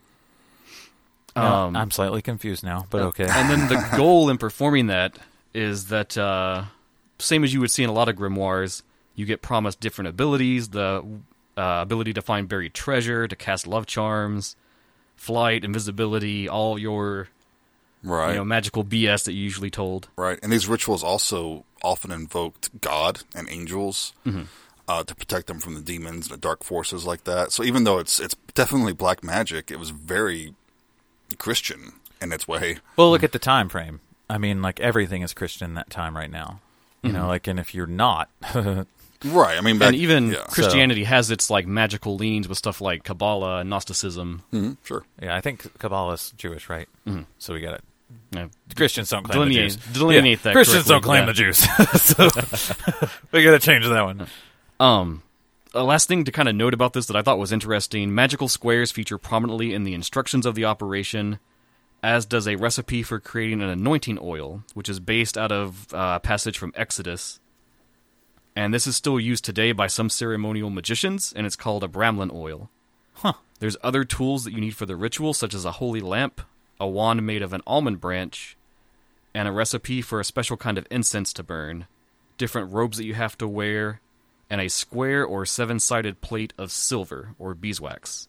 B: No, I'm slightly confused now, but okay.
A: Um, uh, And then the goal in performing that is that, uh, same as you would see in a lot of grimoires, you get promised different abilities the uh, ability to find buried treasure, to cast love charms, flight, invisibility, all your
C: Right.
A: you know, magical BS that you usually told.
C: Right. And these rituals also often invoked God and angels
A: Mm-hmm.
C: uh, to protect them from the demons and the dark forces like that. So even though it's it's definitely black magic, it was very Christian in its way.
B: Well, look at the time frame. I mean, like everything is Christian that time right now. You
A: Mm-hmm.
B: know, like, and if you're not,
C: Right. I mean, back,
A: And even
C: yeah,
A: Christianity has its like magical leans with stuff like Kabbalah and Gnosticism.
C: Mhm, sure.
B: yeah, I think Kabbalah's Jewish, right? Mm-hmm. So we got it.
A: Yeah.
B: Christians don't claim
A: Delineate-
B: the Jews.
A: delineate that
B: Christians don't
A: correctly, Uh.
B: claim the Jews. so we got to change that one.
A: Um, a last thing to kind of note about this that I thought was interesting: magical squares feature prominently in the instructions of the operation, as does a recipe for creating an anointing oil, which is based out of uh, a passage from Exodus. And this is still used today by some ceremonial magicians, and it's called a Bramlin oil.
B: Huh.
A: There's other tools that you need for the ritual, such as a holy lamp, a wand made of an almond branch, and a recipe for a special kind of incense to burn, different robes that you have to wear, and a square or seven sided plate of silver or beeswax.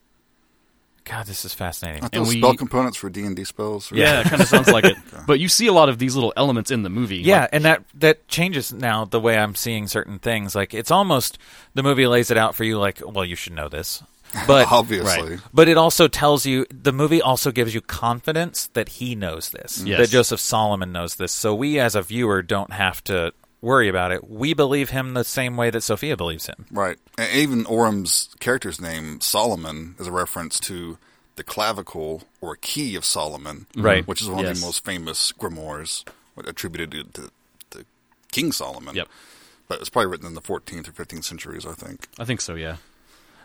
B: God, this is fascinating.
C: Aren't those
A: we-
C: spell components for D and D spells? Or-
A: Yeah, it kind of sounds like it. But you see a lot of these little elements in the movie.
B: Yeah,
A: like-
B: and that that changes now the way I'm seeing certain things. Like it's almost the movie lays it out for you. Like, well, you should know this, but
C: Obviously.
B: But it also tells you the movie also gives you confidence that he knows this,
A: Yes.
B: that Joseph Solomon knows this. So we as a viewer don't have to worry about it. We believe him the same way that Sophia believes him.
C: Right. And even Orm's character's name, Solomon, is a reference to the clavicle or key of Solomon,
B: Right.
C: which is one of
A: Yes.
C: the most famous grimoires attributed to, to, to King Solomon.
A: Yep.
C: But it's probably written in the 14th or 15th centuries, I think.
A: I think so, yeah.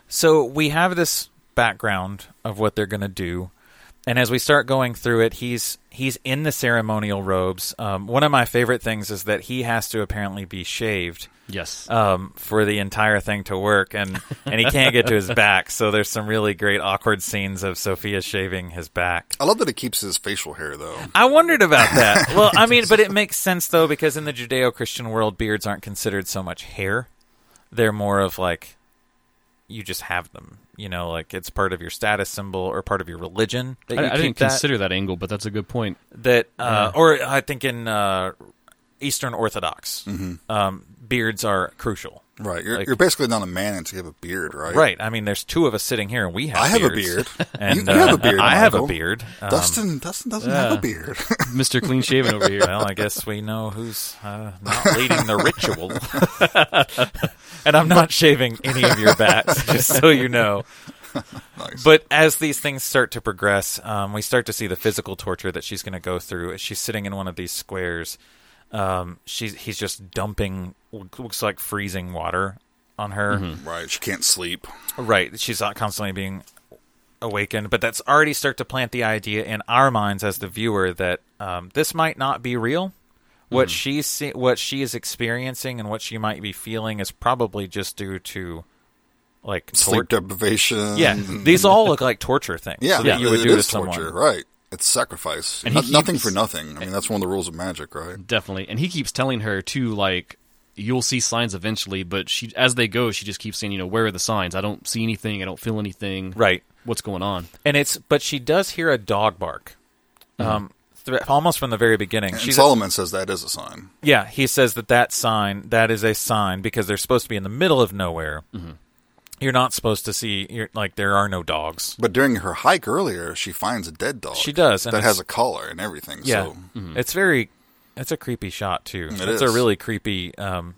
B: So we have this background of what they're going to do, and as we start going through it, he's he's in the ceremonial robes. Um, one of my favorite things is that he has to apparently be shaved.
A: Yes.
B: um, for the entire thing to work, and and he can't get to his back. So there's some really great awkward scenes of Sophia shaving his back.
C: I love that it keeps his facial hair, though.
B: I wondered about that. Well, I mean, but it makes sense though because in the Judeo-Christian world, beards aren't considered so much hair; they're more of like you just have them. You know, like it's part of your status symbol or part of your religion that
A: I,
B: you
A: I
B: keep
A: didn't
B: that.
A: consider that angle, but that's a good point.
B: that uh, or I think in uh, Eastern Orthodox,
C: Mm-hmm.
B: um, beards are crucial.
C: Right. You're,
B: Like-
C: you're basically not a man until you have a beard, right?
B: Right. I mean, there's two of us sitting here, and we have.
C: I have a
B: beards.
C: beard.
B: And,
C: You- you have
B: uh,
C: a beard,
B: I have a
C: Michael.
B: beard. Um,
C: Dustin, Dustin doesn't have a beard.
A: Mr. Clean Shaven over here.
B: Well, I guess we know who's uh, not leading the ritual. and I'm not shaving any of your backs, just so you know.
C: Nice.
B: But as these things start to progress, um, we start to see the physical torture that she's going to go through. As She's sitting in one of these squares. Um, she's he's just dumping looks like freezing water on her.
C: right. She can't sleep.
B: Right. She's not constantly being awakened, but that's already start to plant the idea in our minds as the viewer that um, this might not be real.
C: Hmm.
B: What she's see- what she is experiencing and what she might be feeling is probably just due to like
C: Sleep
B: torture.
C: deprivation.
B: Yeah, these all look like torture things
C: Yeah.
B: that you would
C: it
B: do to
C: is
B: someone.
C: torture. Right. It's sacrifice.
A: And
C: No-
A: he
C: nothing
A: keeps-
C: for nothing. I mean, that's one of the rules of magic, right?
B: Mm-hmm.
A: Definitely. And he keeps telling her too, like, you'll see signs eventually, but she as they go, she just keeps saying, you know, where are the signs? I don't see anything, I don't feel anything.
B: Right.
A: What's going on?
B: And it's but she does hear a dog bark. Um thr- almost from the very beginning.
C: Mm-hmm. And
B: She's
C: Solomon says that is a sign.
B: Yeah, he says that that sign that is a sign because they're supposed to be in the middle of nowhere. You're not supposed to see. You're like there are no dogs.
C: But during her hike earlier, she finds a dead dog.
B: She does, and
C: that
B: it's-
C: has a collar and everything.
B: Yeah, Mm-hmm.
C: So
B: it's very. It's a creepy shot too.
C: It
B: it's
C: is.
B: a really creepy um,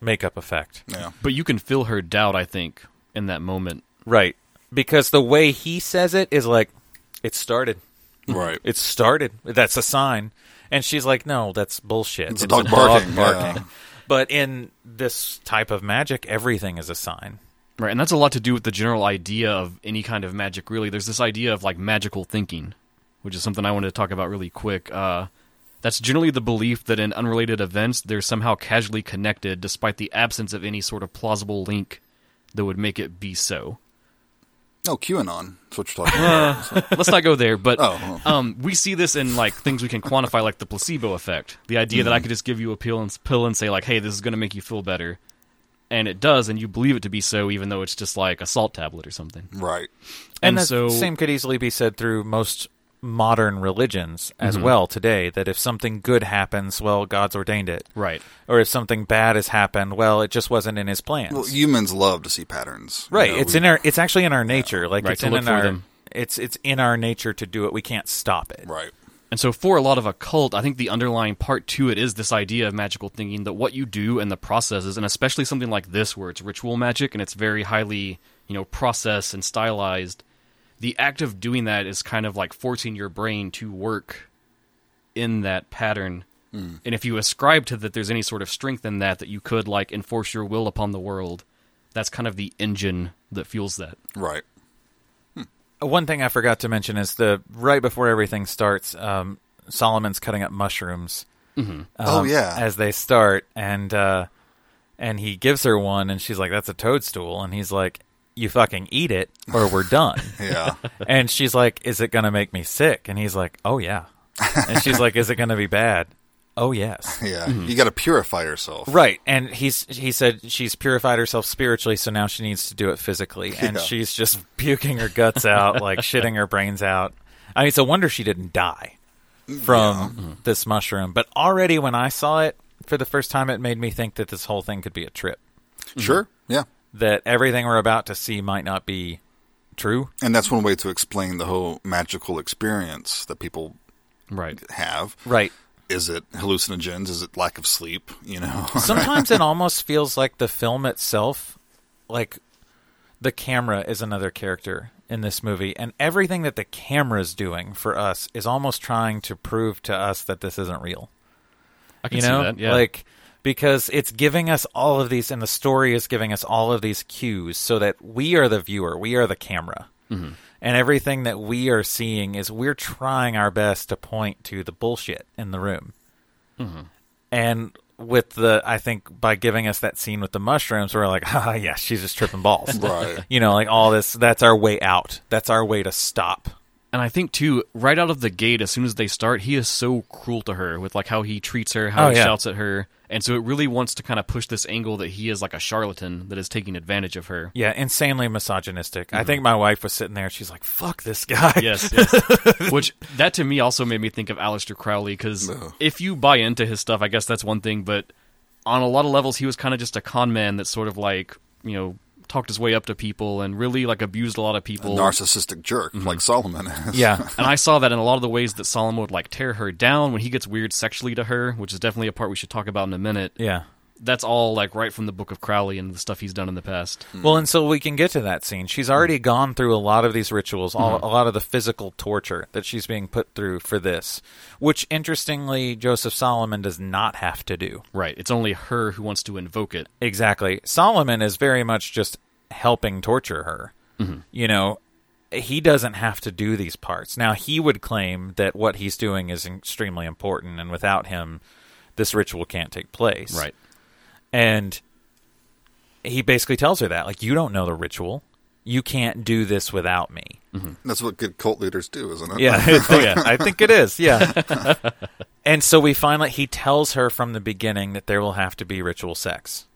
B: makeup effect.
C: yeah,
A: But you can feel her doubt, I think, in that moment.
B: Right, because the way he says it is like it started.
C: right.
B: It started. That's a sign. And she's like, "No, that's bullshit.
C: It's a dog barking, yeah.
B: But in this type of magic, everything is a sign.
A: Right. And that's a lot to do with the general idea of any kind of magic really. There's this idea of like magical thinking, which is something I wanted to talk about really quick. Uh that's generally the belief that in unrelated events they're somehow casually connected despite the absence of any sort of plausible link that would make it be so.
C: No, Oh, QAnon. That's what you're talking
B: Uh.
C: about. So-
A: let's not go there. But
C: Oh.
A: um, we see this in like things we can quantify, like the placebo effect. The idea that I could just give you a pill and pill and say like, "Hey, this is going to make you feel better," and it does, and you believe it to be so, even though it's just like a salt tablet or something.
C: right.
A: And
B: and, the
A: so-
B: same could easily be said through most modern religions as
A: Mm-hmm.
B: well today that if something good happens well god's ordained it
A: Right.
B: or if something bad has happened well it just wasn't in his plans
C: Well, humans love to see patterns.
B: right
C: You know,
B: it's
C: we-
B: in our it's actually in our nature like
A: Right,
B: it's
A: to
B: in,
A: look
B: in
A: for
B: our
A: them.
B: it's it's in our nature to do it we can't stop it
C: Right.
A: And so, for a lot of occult, I think the underlying part to it is this idea of magical thinking that what you do and the processes, and especially something like this where it's ritual magic and it's very highly, you know, processed and stylized. The act of doing that is kind of like forcing your brain to work in that pattern. And if you ascribe to that, there's any sort of strength in that that you could like enforce your will upon the world. That's kind of the engine that fuels that.
C: Right.
B: one thing i forgot to mention is the right before everything starts um solomon's cutting up mushrooms
C: oh
B: um,
C: yeah.
B: as they start and uh and he gives her one and she's like that's a toadstool and he's like you fucking eat it or we're done
C: yeah.
B: and she's like is it going to make me sick and he's like oh yeah and she's like is it going to be bad oh yes
C: Yeah. You got to purify yourself.
B: right and he's he said she's purified herself spiritually so now she needs to do it physically and
C: Yeah.
B: she's just puking her guts out like shitting her brains out i mean it's a wonder she didn't die from this mushroom. But already when I saw it for the first time, it made me think that this whole thing could be a trip.
C: Sure. Yeah.
B: That everything we're about to see might not be true.
C: And that's one way to explain the whole magical experience that people
A: Right.
C: have.
B: Right.
C: Is it hallucinogens? Is it lack of sleep? You know.
B: Sometimes it almost feels like the film itself, like the camera is another character in this movie, and everything that the camera's doing for us is almost trying to prove to us that this isn't real.
A: I can
B: you
A: see
B: know
A: that. Yeah.
B: like because it's giving us all of these and the story is giving us all of these cues so that we are the viewer we are the camera
A: Mm-hmm.
B: and everything that we are seeing is we're trying our best to point to the bullshit in the room
A: Mm-hmm.
B: and with the i think by giving us that scene with the mushrooms we're like ah yeah she's just tripping balls
C: Right.
B: you know like all this that's our way out that's our way to stop
A: And I think too, right out of the gate, as soon as they start, he is so cruel to her with like how he treats her, how
B: Oh,
A: he
B: yeah.
A: shouts at her, and so it really wants to kind of push this angle that he is like a charlatan that is taking advantage of her.
B: yeah insanely misogynistic i think my wife was sitting there she's like fuck this guy
A: Mm-hmm. Yes, yes. Which that to me also made me think of Aleister Crowley because if you buy into his stuff, I guess that's one thing. But on a lot of levels, he was kind of just a con man that sort of like you know talked his way up to people and really like abused a lot of
C: a
A: people.
C: narcissistic jerk like Solomon is.
B: Mm-hmm. yeah
A: and I saw that in a lot of the ways that Solomon would like tear her down when he gets weird sexually to her, which is definitely a part we should talk about in a minute.
B: yeah
A: That's all like right from the book of Crowley and the stuff he's done in the past.
B: Well, and so we can get to that scene. She's already gone through a lot of these rituals, all, a lot of the physical torture that she's being put through for this, which interestingly, Joseph Solomon does not have to do.
A: Right. It's only her who wants to invoke it.
B: Exactly. Solomon is very much just helping torture her. You know, he doesn't have to do these parts. Now, he would claim that what he's doing is extremely important, and without him, this ritual can't take place.
A: Right.
B: And he basically tells her that, like, you don't know the ritual. you can't do this without me.
C: That's what good cult leaders do, isn't it?
B: Yeah, oh, yeah. I think it is. Yeah. and so we finally he tells her from the beginning that there will have to be ritual sex.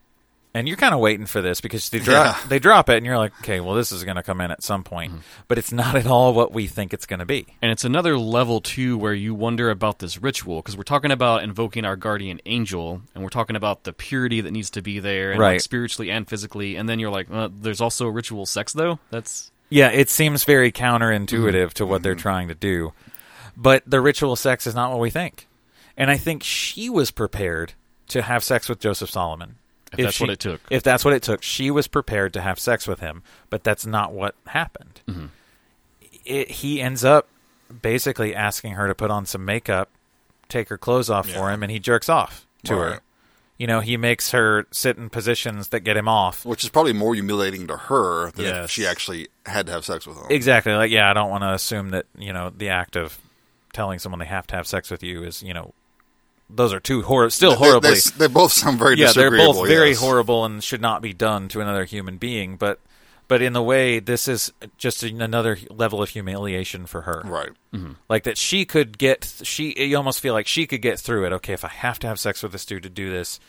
B: And you're kind of waiting for this because they drop
C: Yeah.
B: they drop it and you're like, "Okay, well this is going to come in at some point." But it's not at all what we think it's going to be.
A: And it's another level too where you wonder about this ritual because we're talking about invoking our guardian angel, and we're talking about the purity that needs to be there, and like,
B: Right.
A: spiritually and physically. And then you're like, uh, there's also ritual sex though. That's
B: Yeah, it seems very counterintuitive
A: Mm-hmm.
B: to what they're trying to do. But the ritual sex is not what we think. And I think she was prepared to have sex with Joseph Solomon.
A: If that's what it took.
B: If that's what it took, she was prepared to have sex with him, but that's not what happened.
A: Mm-hmm.
B: It, he ends up basically asking her to put on some makeup, take her clothes off for
C: Yeah.
B: him, and he jerks off to her.
C: Right.
B: You know, he makes her sit in positions that get him off.
C: Which is probably more humiliating to her than
A: Yes.
C: if she actually had to have sex with him.
B: Exactly. Like, yeah, I don't want to assume that you know the act of telling someone they have to have sex with you is you know those are two horror still
C: They-
B: horribly.
C: They, they both sound very
B: yeah, they're
C: disagreeable.
B: both very
C: yes.
B: horrible and should not be done to another human being. But but in the way, this is just an- another level of humiliation for her.
C: Right.
B: Like that she could get she you almost feel like she could get through it. Okay, if I have to have sex with this dude to do this,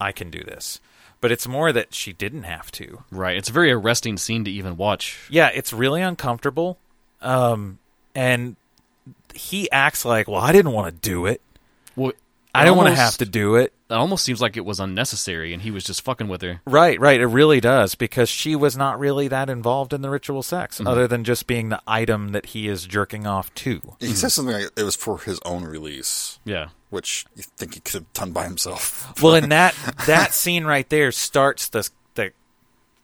B: I can do this. But it's more that she didn't have to.
A: right. It's a very arresting scene to even watch.
B: Yeah, it's really uncomfortable. Um, and he acts like, well, I didn't want to do it.
A: Well,
B: I didn't want to
A: almost-
B: have to do it.
A: It almost seems like it was unnecessary, and he was just fucking with her.
B: Right, right. It really does because she was not really that involved in the ritual sex
A: Mm-hmm.
B: other than just being the item that he is jerking off to.
C: He says something like it was for his own release,
A: Yeah.
C: which you think he could have done by himself.
B: Well, and that that scene right there starts the the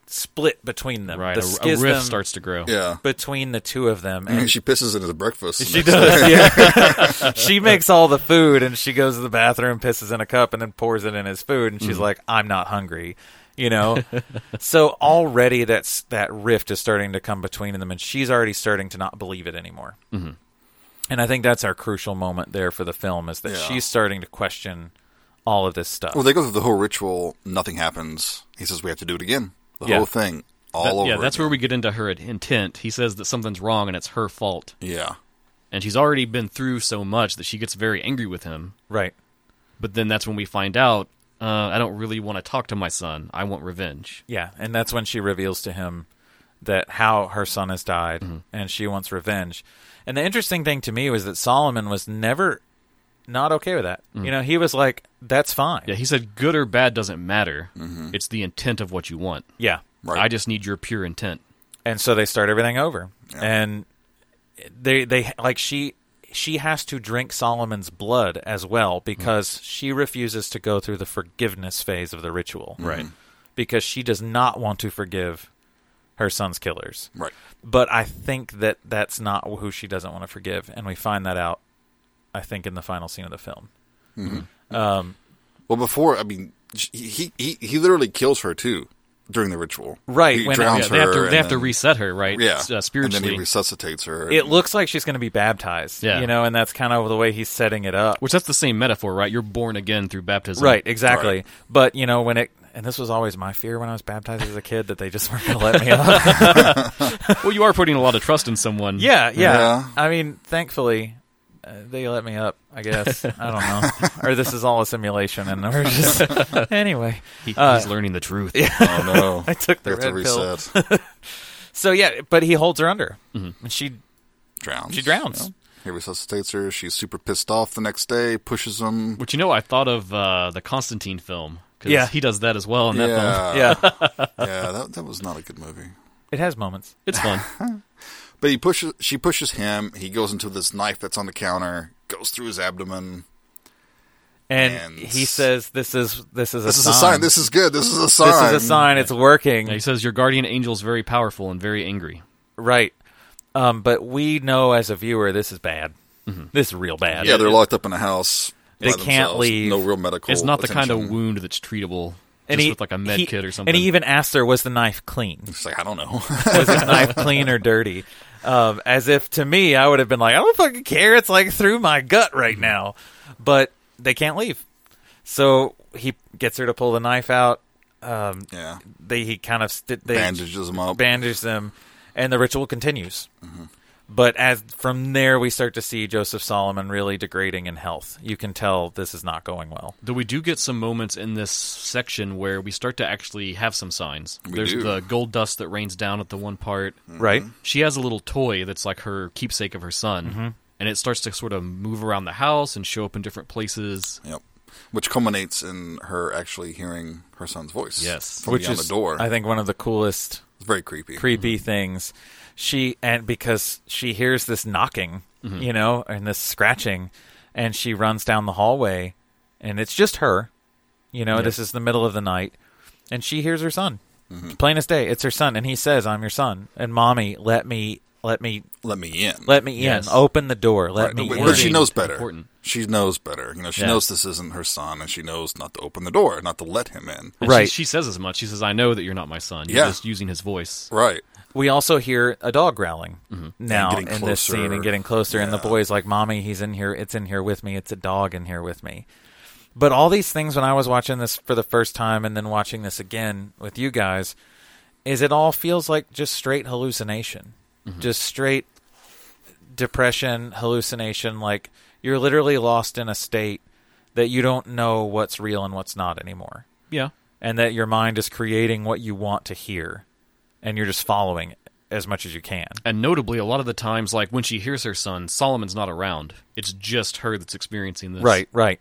B: split between them.
A: Right.
B: The
A: A, a
B: schism
A: rift starts uh. to grow.
C: Yeah.
B: between the two of them.
C: I mean,
B: And
C: she pisses into the breakfast.
B: She does. Yeah. she makes all the food and she goes to the bathroom, pisses in a cup, and then pours it in his food. And she's like, "I'm not hungry," you know. so already that's that rift is starting to come between them, and she's already starting to not believe it anymore. Mm-hmm. And I think that's our crucial moment there for the film is that
C: Yeah.
B: she's starting to question all of this stuff.
C: Well, they go through the whole ritual. Nothing happens. He says we have to do it again. The
B: Yeah.
C: whole thing, all
A: That-
C: over.
A: yeah, that's where we get into her intent. He says that something's wrong and it's her fault.
C: Yeah.
A: And she's already been through so much that she gets very angry with him.
B: right.
A: But then that's when we find out uh, I don't really want to talk to my son. I want revenge.
B: Yeah, and that's when she reveals to him that how her son has died
A: Mm-hmm.
B: and she wants revenge. And the interesting thing to me was that Solomon was never not okay with that. You know, he was like, "That's fine."
A: Mm. Yeah, he said good or bad doesn't matter. It's the intent of what you want.
B: Yeah.
C: Mm-hmm. Right.
A: I just need your pure intent.
B: And so they start everything over. And they they like she she has to drink Solomon's blood as well
A: Mm.
B: because she refuses to go through the forgiveness phase of the ritual.
A: Right.
B: Because she does not want to forgive her son's killers.
C: Right.
B: but I think that that's not who she doesn't want to forgive, and we find that out. I think in the final scene of the film.
C: Well, before I mean, sh- he he he literally kills her too during the ritual.
B: Right,
C: He
B: when-
C: drowns
A: Yeah, they have
C: her.
A: to,
C: and
A: they have to
C: then-
A: reset her, right?
C: Yeah.
A: S- Uh,
C: And then
A: spiritually.
C: he resuscitates her.
B: It
C: and-
B: looks like she's going to be baptized,
A: Yeah.
B: you know, and that's kind of the way he's setting it up.
A: Which that's the same metaphor, right? You're born again through baptism.
B: Right, exactly.
C: Right.
B: But you know, when it and this was always my fear when I was baptized as a kid that they just weren't going to let me up.
A: Well, you are putting a lot of trust in someone.
B: yeah, yeah,
C: Yeah.
B: I mean, thankfully. Uh, they let me up, I guess. I don't know. or this is all a simulation, and we're just anyway.
A: He-
B: Uh,
A: he's learning the truth.
C: Oh no!
B: I took
C: they
B: the
C: have to
B: red pill.
C: reset.
B: So yeah, but he holds her under, and she
C: drowns.
B: she drowns.
C: He resuscitates her. She's super pissed off the next day. Pushes him.
A: Which you know, I thought of uh, the Constantine film because
B: Yeah.
A: he does that as well in that film.
C: yeah,
B: yeah,
C: yeah. That that was not a good movie.
B: it has moments.
A: It's fun.
C: But he pushes. She pushes him. He goes into this knife that's on the counter. Goes through his abdomen.
B: And,
C: And-
B: he says, "This is this is a
C: This is
B: sign.
C: a sign. This is good. This is a sign.
B: This is a sign. It's working,
A: he says your guardian angel's very powerful and very angry.
B: right?" Um, but we know as a viewer, this is bad.
A: Mm-hmm.
B: This is real bad.
C: Yeah, they're locked up in a house. by
B: They can't
C: themselves.
B: leave.
C: No real medical.
A: it's not the kind of
C: attention.
A: wound that's treatable
B: And
A: just
B: he-
A: with like a med
B: he-
A: kit or something.
B: And he even asked her, "Was the knife clean?
C: It's like I don't know.
B: Was the knife clean or dirty?" Um, as if to me, I would have been like, "I don't fucking care. It's like through my gut right
A: Mm-hmm.
B: now." But they can't leave, so he gets her to pull the knife out. um,
C: Yeah.
B: they he kind of st- they
C: Bandages them up.
B: bandages them, and the ritual continues. But as from there, we start to see Joseph Solomon really degrading in health. You can tell this is not going well.
A: Though we do get some moments in this section where we start to actually have some signs.
C: We
A: There's
C: do. Mm.
A: the gold dust that rains down at the one part.
C: Mm-hmm.
B: Right?
A: She has a little toy that's like her keepsake of her son,
B: Mm-hmm.
A: and it starts to sort of move around the house and show up in different places.
C: Yep. Which culminates in her actually hearing her son's voice.
A: Yes.
C: From
B: Which
C: beyond
B: is,
C: the door. Mm-hmm.
B: I think, one of the coolest
C: it's very creepy.
B: creepy things. She and because she hears this knocking,
C: Mm-hmm.
B: you know, and this scratching, and she runs down the hallway, and it's just her. You know, this is the middle of the night, and she hears her son.
C: Mm-hmm.
B: Plain as day, it's her son, and he says, "I'm your son." And mommy, let me, let me,
C: Let me in.
B: let me
A: Yes.
B: in. Open the door. Let
C: Right,
B: me
C: but,
B: in.
C: but she knows better.
A: Important.
C: She knows better. You know, she
A: Yeah.
C: knows this isn't her son, and she knows not to open the door, not to let him in.
A: And
B: Right.
A: She, she says as much. She says, I know that you're not my son. You're
C: Yeah.
A: just using his voice.
C: Right.
B: We also hear a dog growling now
C: And
B: in
C: getting
B: this
C: closer.
B: scene and getting closer, and the
C: Yeah.
B: boy's like, "Mommy, he's in here. It's in here with me. It's a dog in here with me." But all these things, when I was watching this for the first time, and then watching this again with you guys, is it all feels like just straight hallucination, just straight depression, hallucination. Like you're literally lost in a state that you don't know what's real and what's not anymore
A: Yeah.
B: and that your mind is creating what you want to hear and you're just following it as much as you can.
A: And notably, a lot of the times, like when she hears her son, Solomon's not around. It's just her that's experiencing this.
B: right.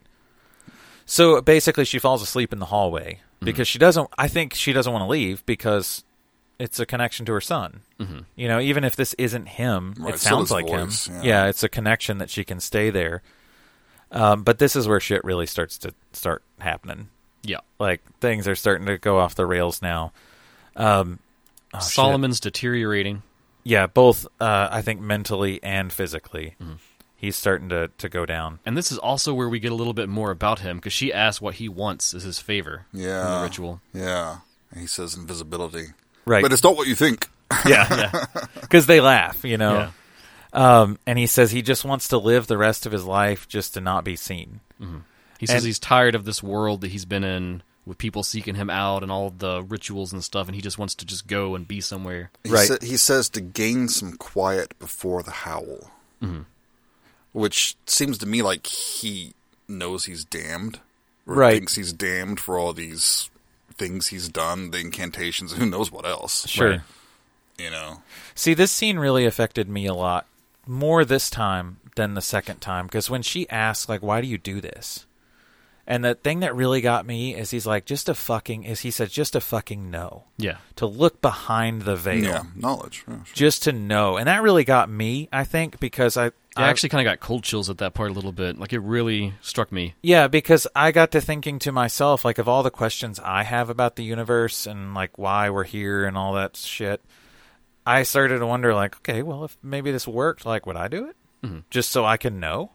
B: So basically she falls asleep in the hallway because she doesn't I think she doesn't want to leave because it's a connection to her son. Mm-hmm. You know, even if this isn't him,
C: Right,
B: it
C: still
B: sounds
C: his
B: like
C: voice,
B: him.
C: yeah.
B: yeah, it's a connection that she can stay there. Um, but this is where shit really starts to start happening.
A: Yeah.
B: Like things are starting to go off the rails now. Um, oh, shit.
A: Solomon's deteriorating.
B: Yeah, both. Uh, I think mentally and physically, he's starting to to go down.
A: And this is also where we get a little bit more about him because she asks what he wants as his favor in
C: Yeah.
A: the ritual.
C: Yeah. And he says invisibility.
B: Right.
C: But it's not what you think.
B: yeah, because they laugh, you know.
A: Yeah.
B: Um, and he says he just wants to live the rest of his life just to not be seen.
A: He says
B: And-
A: he's tired of this world that he's been in with people seeking him out and all the rituals and stuff, and he just wants to just go and be somewhere.
C: He,
B: Right.
C: sa- he says to gain some quiet before the howl,
B: Mm-hmm.
C: which seems to me like he knows he's damned, or
B: Right.
C: Thinks he's damned for all these things he's done, the incantations, who knows what else.
B: Sure.
A: Right.
C: You know,
B: See, this scene really affected me a lot more this time than the second time because when she asks, like, why do you do this? And the thing that really got me is he's like, just a fucking, is he said, just a fucking no.
A: Yeah.
B: To look behind the veil.
C: yeah, knowledge. Yeah, sure.
B: just to know. And that really got me, I think, because I,
A: I
B: I-
A: actually kind of got cold chills at that part a little bit. Like it really struck me.
B: yeah, because I got to thinking to myself, like, of all the questions I have about the universe and like why we're here and all that shit, I started to wonder, like, okay, well, if maybe this worked, like, would I do it just so I can know?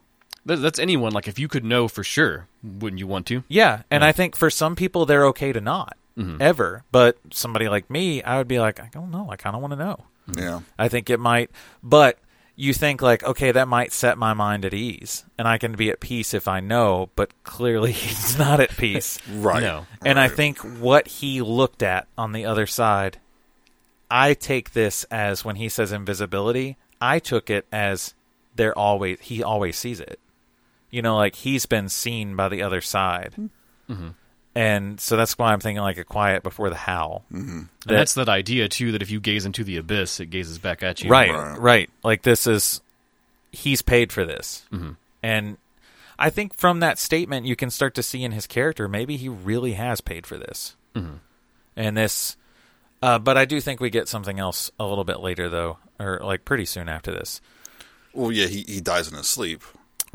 A: Th- That's anyone. Like if you could know for sure, wouldn't you want to?
B: Yeah, and I think for some people they're okay to not ever, but somebody like me, I would be like, I don't know, I kind of want to know.
C: yeah.
B: I think it might, but you think like, okay, that might set my mind at ease, and I can be at peace if I know. But clearly, he's not at peace.
C: right.
A: No.
B: And I think what he looked at on the other side, I take this as when he says invisibility, I took it as they're always he always sees it. You know, like he's been seen by the other side. And so that's why I'm thinking like a quiet before the howl.
A: And that's that idea too that if you gaze into the abyss, it gazes back at you.
B: Right,
C: Right.
B: right, Like this is he's paid for this, and I think from that statement you can start to see in his character maybe he really has paid for this, and this. Uh, but I do think we get something else a little bit later though, or like pretty soon after this.
C: Well, yeah, he, he dies in his sleep.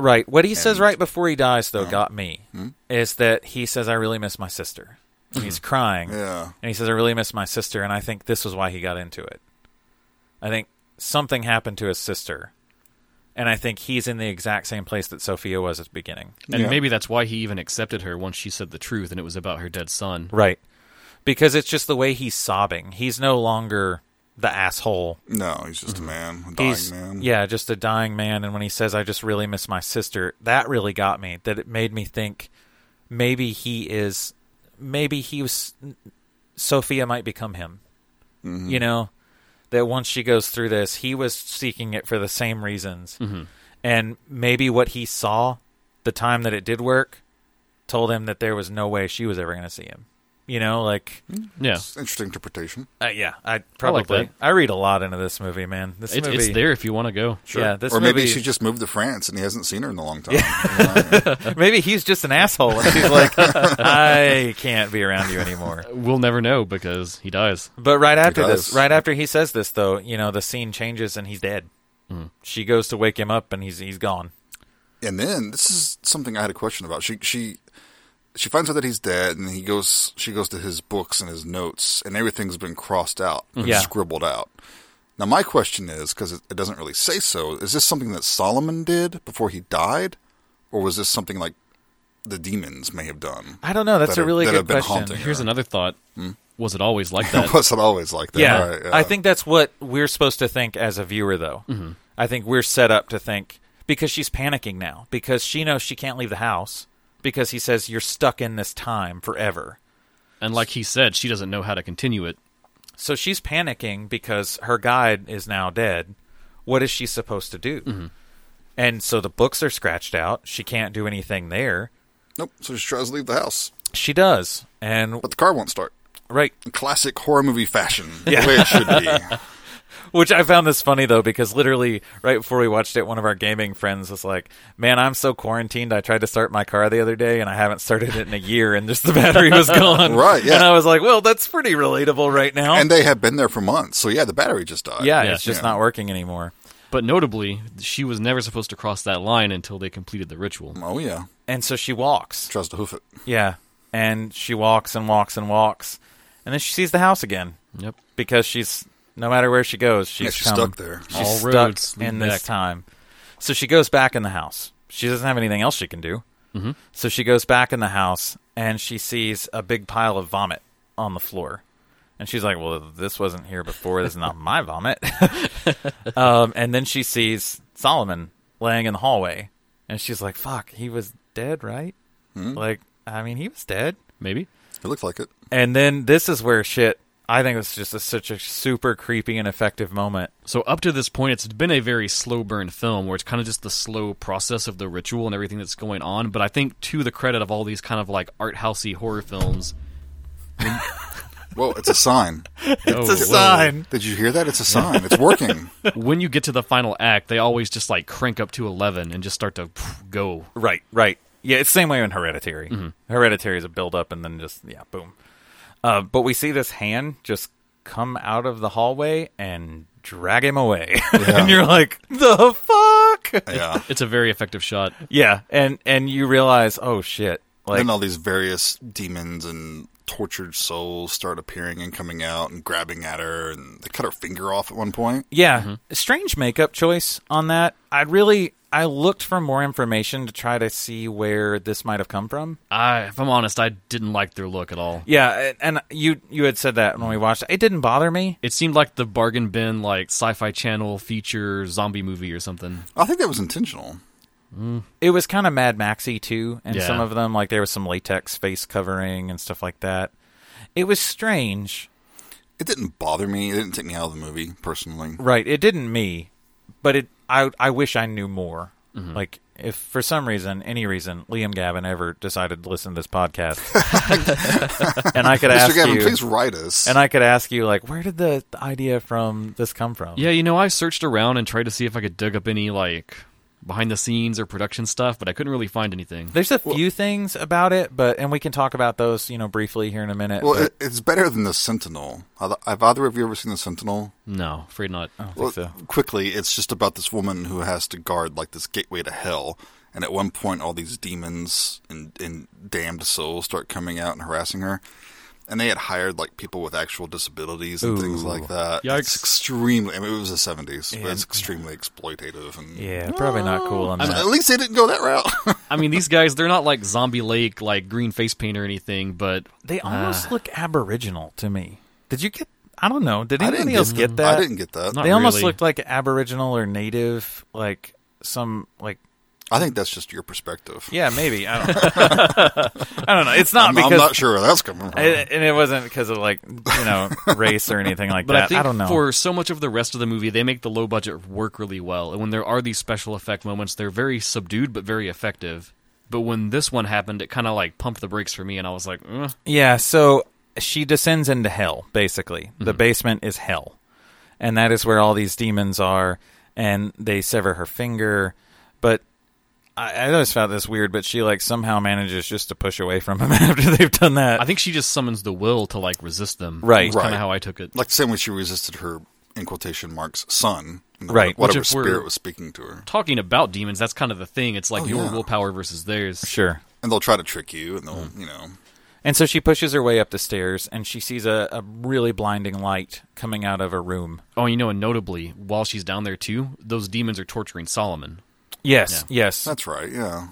B: Right. What he says
C: And- Hmm?
B: right before he dies though got me is that he says I really miss my sister. And he's crying.
C: Yeah.
B: And he says, I really miss my sister. And I think this was why he got into it. I think something happened to his sister. And I think he's in the exact same place that Sophia was at the beginning.
A: And
C: Yeah.
A: maybe that's why he even accepted her once she said the truth and it was about her dead son.
B: Right. Because it's just the way he's sobbing. He's no longer the asshole.
C: No, he's just a man, a dying
B: Mm-hmm. He's,
C: man.
B: yeah, just a dying man. And when he says, I just really miss my sister, that really got me. That it made me think maybe he is, maybe he was Sophia might become him.
C: Mm-hmm.
B: You know, that once she goes through this, he was seeking it for the same reasons.
A: Mm-hmm.
B: And maybe what he saw the time that it did work told him that there was no way she was ever going to see him. You know, like,
A: Yeah,
C: Interesting interpretation.
B: uh, yeah, I probably. I,
A: Mm-hmm. that.
B: read a lot into this movie, man. This
A: it's,
B: movie.
A: it's there if you want to go.
B: Yeah, this
C: or maybe
B: movie-
C: she just moved to France and he hasn't seen her in a long time.
B: Maybe he's just an asshole. And she's like, I can't be around you anymore.
A: We'll never know because he dies.
B: But right after this,
C: does.
B: right after he says this, though, you know, the scene changes and he's dead.
C: Hmm.
B: She goes to wake him up and he's he's gone.
C: and then this is something I had a question about. She she she finds out that he's dead, and he goes. She goes to his books and his notes, and everything's been crossed out and
B: Yeah.
C: scribbled out. Now, my question is because it, it doesn't really say so. Is this something that Solomon did before he died, or was this something like the demons may have done?
B: I don't know. That's
C: That
B: a
C: have-
B: really
C: that
B: good
C: have been
B: question.
C: haunting her.
A: Here's another thought:
B: Hmm.
A: Was it always like that?
C: was it always like that?
B: Yeah.
C: Right,
B: I think that's what we're supposed to think as a viewer, though.
C: Mm-hmm.
B: I think we're set up to think because she's panicking now because she knows she can't leave the house because he says you're stuck in this time forever.
A: and like he said, she doesn't know how to continue it.
B: So she's panicking because her guide is now dead. What is she supposed to do?
C: Mm-hmm.
B: And so the books are scratched out. She can't do anything there.
C: nope. So she tries to leave the house,
B: She does. And
C: but the car won't start.
B: right,
C: Classic horror movie fashion, the way it should be.
B: which I found this funny though because literally right before we watched it, one of our gaming friends was like, "Man, I'm so quarantined. I tried to start my car the other day and I haven't started it in a year, and just the battery was gone."
C: Right, yeah.
B: And I was like, "Well, that's pretty relatable right now."
C: and they have been there for months. So yeah, the battery just died.
B: yeah,
A: Yeah.
B: it's just
C: Yeah.
B: not working anymore.
A: But notably, she was never supposed to cross that line until they completed the
B: Hmm.
A: ritual.
C: Oh yeah,
B: And so she walks.
C: tries to hoof it.
B: Yeah. And she walks and walks and walks. And then she sees the house again
A: Yep.
B: because she's no matter where she goes, she's,
C: Yeah, she's
B: come-
C: stuck there.
B: She's
A: All
B: stuck
A: roads lead
B: in this
A: back.
B: time. So she goes back in the house. She doesn't have anything else she can do. Mm-hmm. So she goes back in the house and she sees a big pile of vomit on the floor. And she's like, "Well, this wasn't here before. This is not my vomit." um, and then she sees Solomon laying in the hallway, and she's like, "Fuck, he was dead, right?
C: Hmm?
B: Like, I mean, he was dead."
A: Maybe.
C: It looked like it.
B: And then this is where shit. I think it's just a, such a super creepy and effective moment.
A: So up to this point, it's been a very slow burn film where it's kind of just the slow process of the ritual and everything that's going on. But I think to the credit of all these kind of like art housey horror films,
C: Well, it's a sign.
A: it's
C: Did you hear that? It's a sign. It's working.
A: When you get to the final act, they always just like crank up to eleven and just start to pff, go.
B: Right, right. Yeah, it's the same way in Hereditary. Hereditary is a build up and then just yeah, boom. Uh, but we see this hand just come out of the hallway and drag him away, and you're like, the fuck.
C: Yeah.
A: It's a very effective shot.
B: yeah, and and you realize, oh shit, like
C: then all these various demons and tortured souls start appearing and coming out and grabbing at her, and they cut her finger off at one point.
B: Yeah, strange makeup choice on that. I really I looked for more information to try to see where this might have come from.
A: I, if I'm honest, I didn't like their look at all.
B: Yeah, and- and you you had said that when we watched it. It didn't bother me.
A: It seemed like the bargain bin, like sci-fi channel feature zombie movie or something.
C: I think that was intentional.
B: It was kind of Mad Maxy too, and
A: Yeah.
B: some of them like there was some latex face covering and stuff like that. It was strange.
C: It didn't bother me. It didn't take me out of the movie personally.
B: Right, it didn't me, but it I I wish I knew more.
A: Mm-hmm.
B: Like if for some reason, any reason, Liam Gavin ever decided to listen to this podcast, and I could ask
C: Mr. Gavin,
B: you,
C: please write us.
B: And I could ask you, like, where did the the idea from this come from?
A: Yeah, you know, I searched around and tried to see if I could dig up any like behind the scenes or production stuff, but I couldn't really find anything.
B: There's a few things about it, but and we can talk about those, you know, briefly here in a minute.
C: well,
B: but
C: it, it's better than the Sentinel. Have have either of you ever seen the Sentinel?
A: No, afraid not.
B: I don't think so.
C: quickly, it's just about this woman who has to guard like this gateway to hell. And at one point, all these demons and, and damned souls start coming out and harassing her. And they had hired like people with actual disabilities and things like that. It's
A: Yikes.
C: extremely. I mean, it was the seventies. but It's extremely exploitative. And
B: yeah, probably not cool on
C: at
B: that.
C: least they didn't go that route.
A: I mean, these guys, they're not like Zombie Lake, like green face paint or anything, but
B: They almost look aboriginal to me. Did you get? I don't know. Did
C: I
B: anybody
C: didn't
B: else get, that?
C: I didn't get that.
A: Not
B: they almost
A: really.
B: looked like aboriginal or native, like some like
C: I think that's just your perspective.
B: Yeah, maybe. I don't know. I don't know. It's not
C: I'm, I'm
B: because
C: not sure where that's coming from.
B: I- and it wasn't because of like you know race or anything like
A: But
B: that.
A: I think
B: don't know.
A: for so much of the rest of the movie, they make the low budget work really well. And when there are these special effect moments, they're very subdued but very effective. But when this one happened, it kind of like pumped the brakes for me, and I was like, eh.
B: Yeah, so she descends into hell, basically.
A: Mm-hmm.
B: The basement is hell. And that is where all these demons are, and they sever her finger. But I, I always found this weird, but she like somehow manages just to push away from him after they've done that.
A: I think she just summons the will to like resist them.
B: Right.
A: That's kind
C: Right.
A: of how I took it.
C: like the same way she resisted her in quotation marks son, you know,
B: Right, which
C: Whatever
A: if we're-
C: spirit was speaking to her,
A: Talking about demons, that's kind of the thing. It's like
C: Oh,
A: your
C: yeah.
A: willpower versus theirs.
B: sure.
C: and they'll try to trick you,
B: Hmm.
C: and they'll you know
B: And so she pushes her way up the stairs, and she sees a, a really blinding light coming out of a room.
A: Oh, you know, and notably, while she's down there too, those demons are torturing Solomon.
B: Yes, yes.
C: that's right, yeah.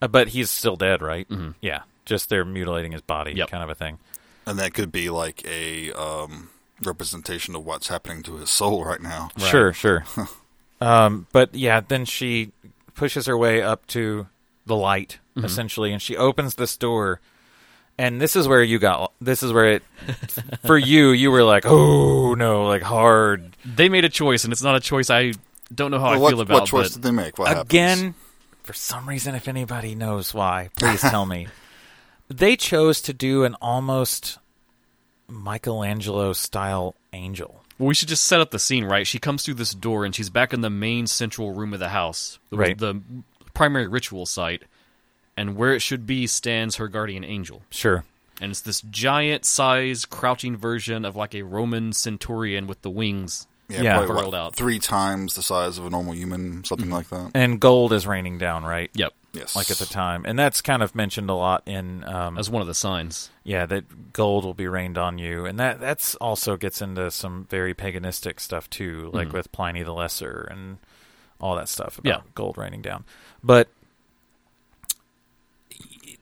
B: Uh, but he's still dead, right? Yeah. Just they're mutilating his body,
A: Mm-hmm. Yep.
B: kind of a thing.
C: And that could be like a um, representation of what's happening to his soul right now.
B: Sure, sure. um, but yeah, then she pushes her way up to the light
C: Mm-hmm.
B: essentially, and she opens this door. And this is where you got. This is where it, for you, you were like, oh no, like hard
A: They made a choice, and it's not a choice I don't know
B: Oh,
A: how
C: Well,
A: I
C: what,
A: feel about.
C: what choice
A: but-
C: did they make? What happens?
B: again. For some reason, if anybody knows why, please tell me. They chose to do an almost Michelangelo style angel.
A: Well, we should just set up the scene, right? She comes through this door and she's back in the main central room of the house, the,
B: Right.
A: the primary ritual site, and where it should be stands her guardian angel.
B: Sure.
A: And it's this giant sized crouching version of like a Roman centurion with the wings.
B: Yeah,
C: probably,
A: furled out.
C: three times the size of a normal human, something like that.
B: And gold is raining down, right?
A: Yep.
C: Yes,
B: like at the time, and that's kind of mentioned a lot in um,
A: That's one of the signs.
B: yeah that gold will be rained on you, and that that's also gets into some very paganistic stuff too, like with Pliny the Lesser and all that stuff about
A: Yeah.
B: gold raining down. But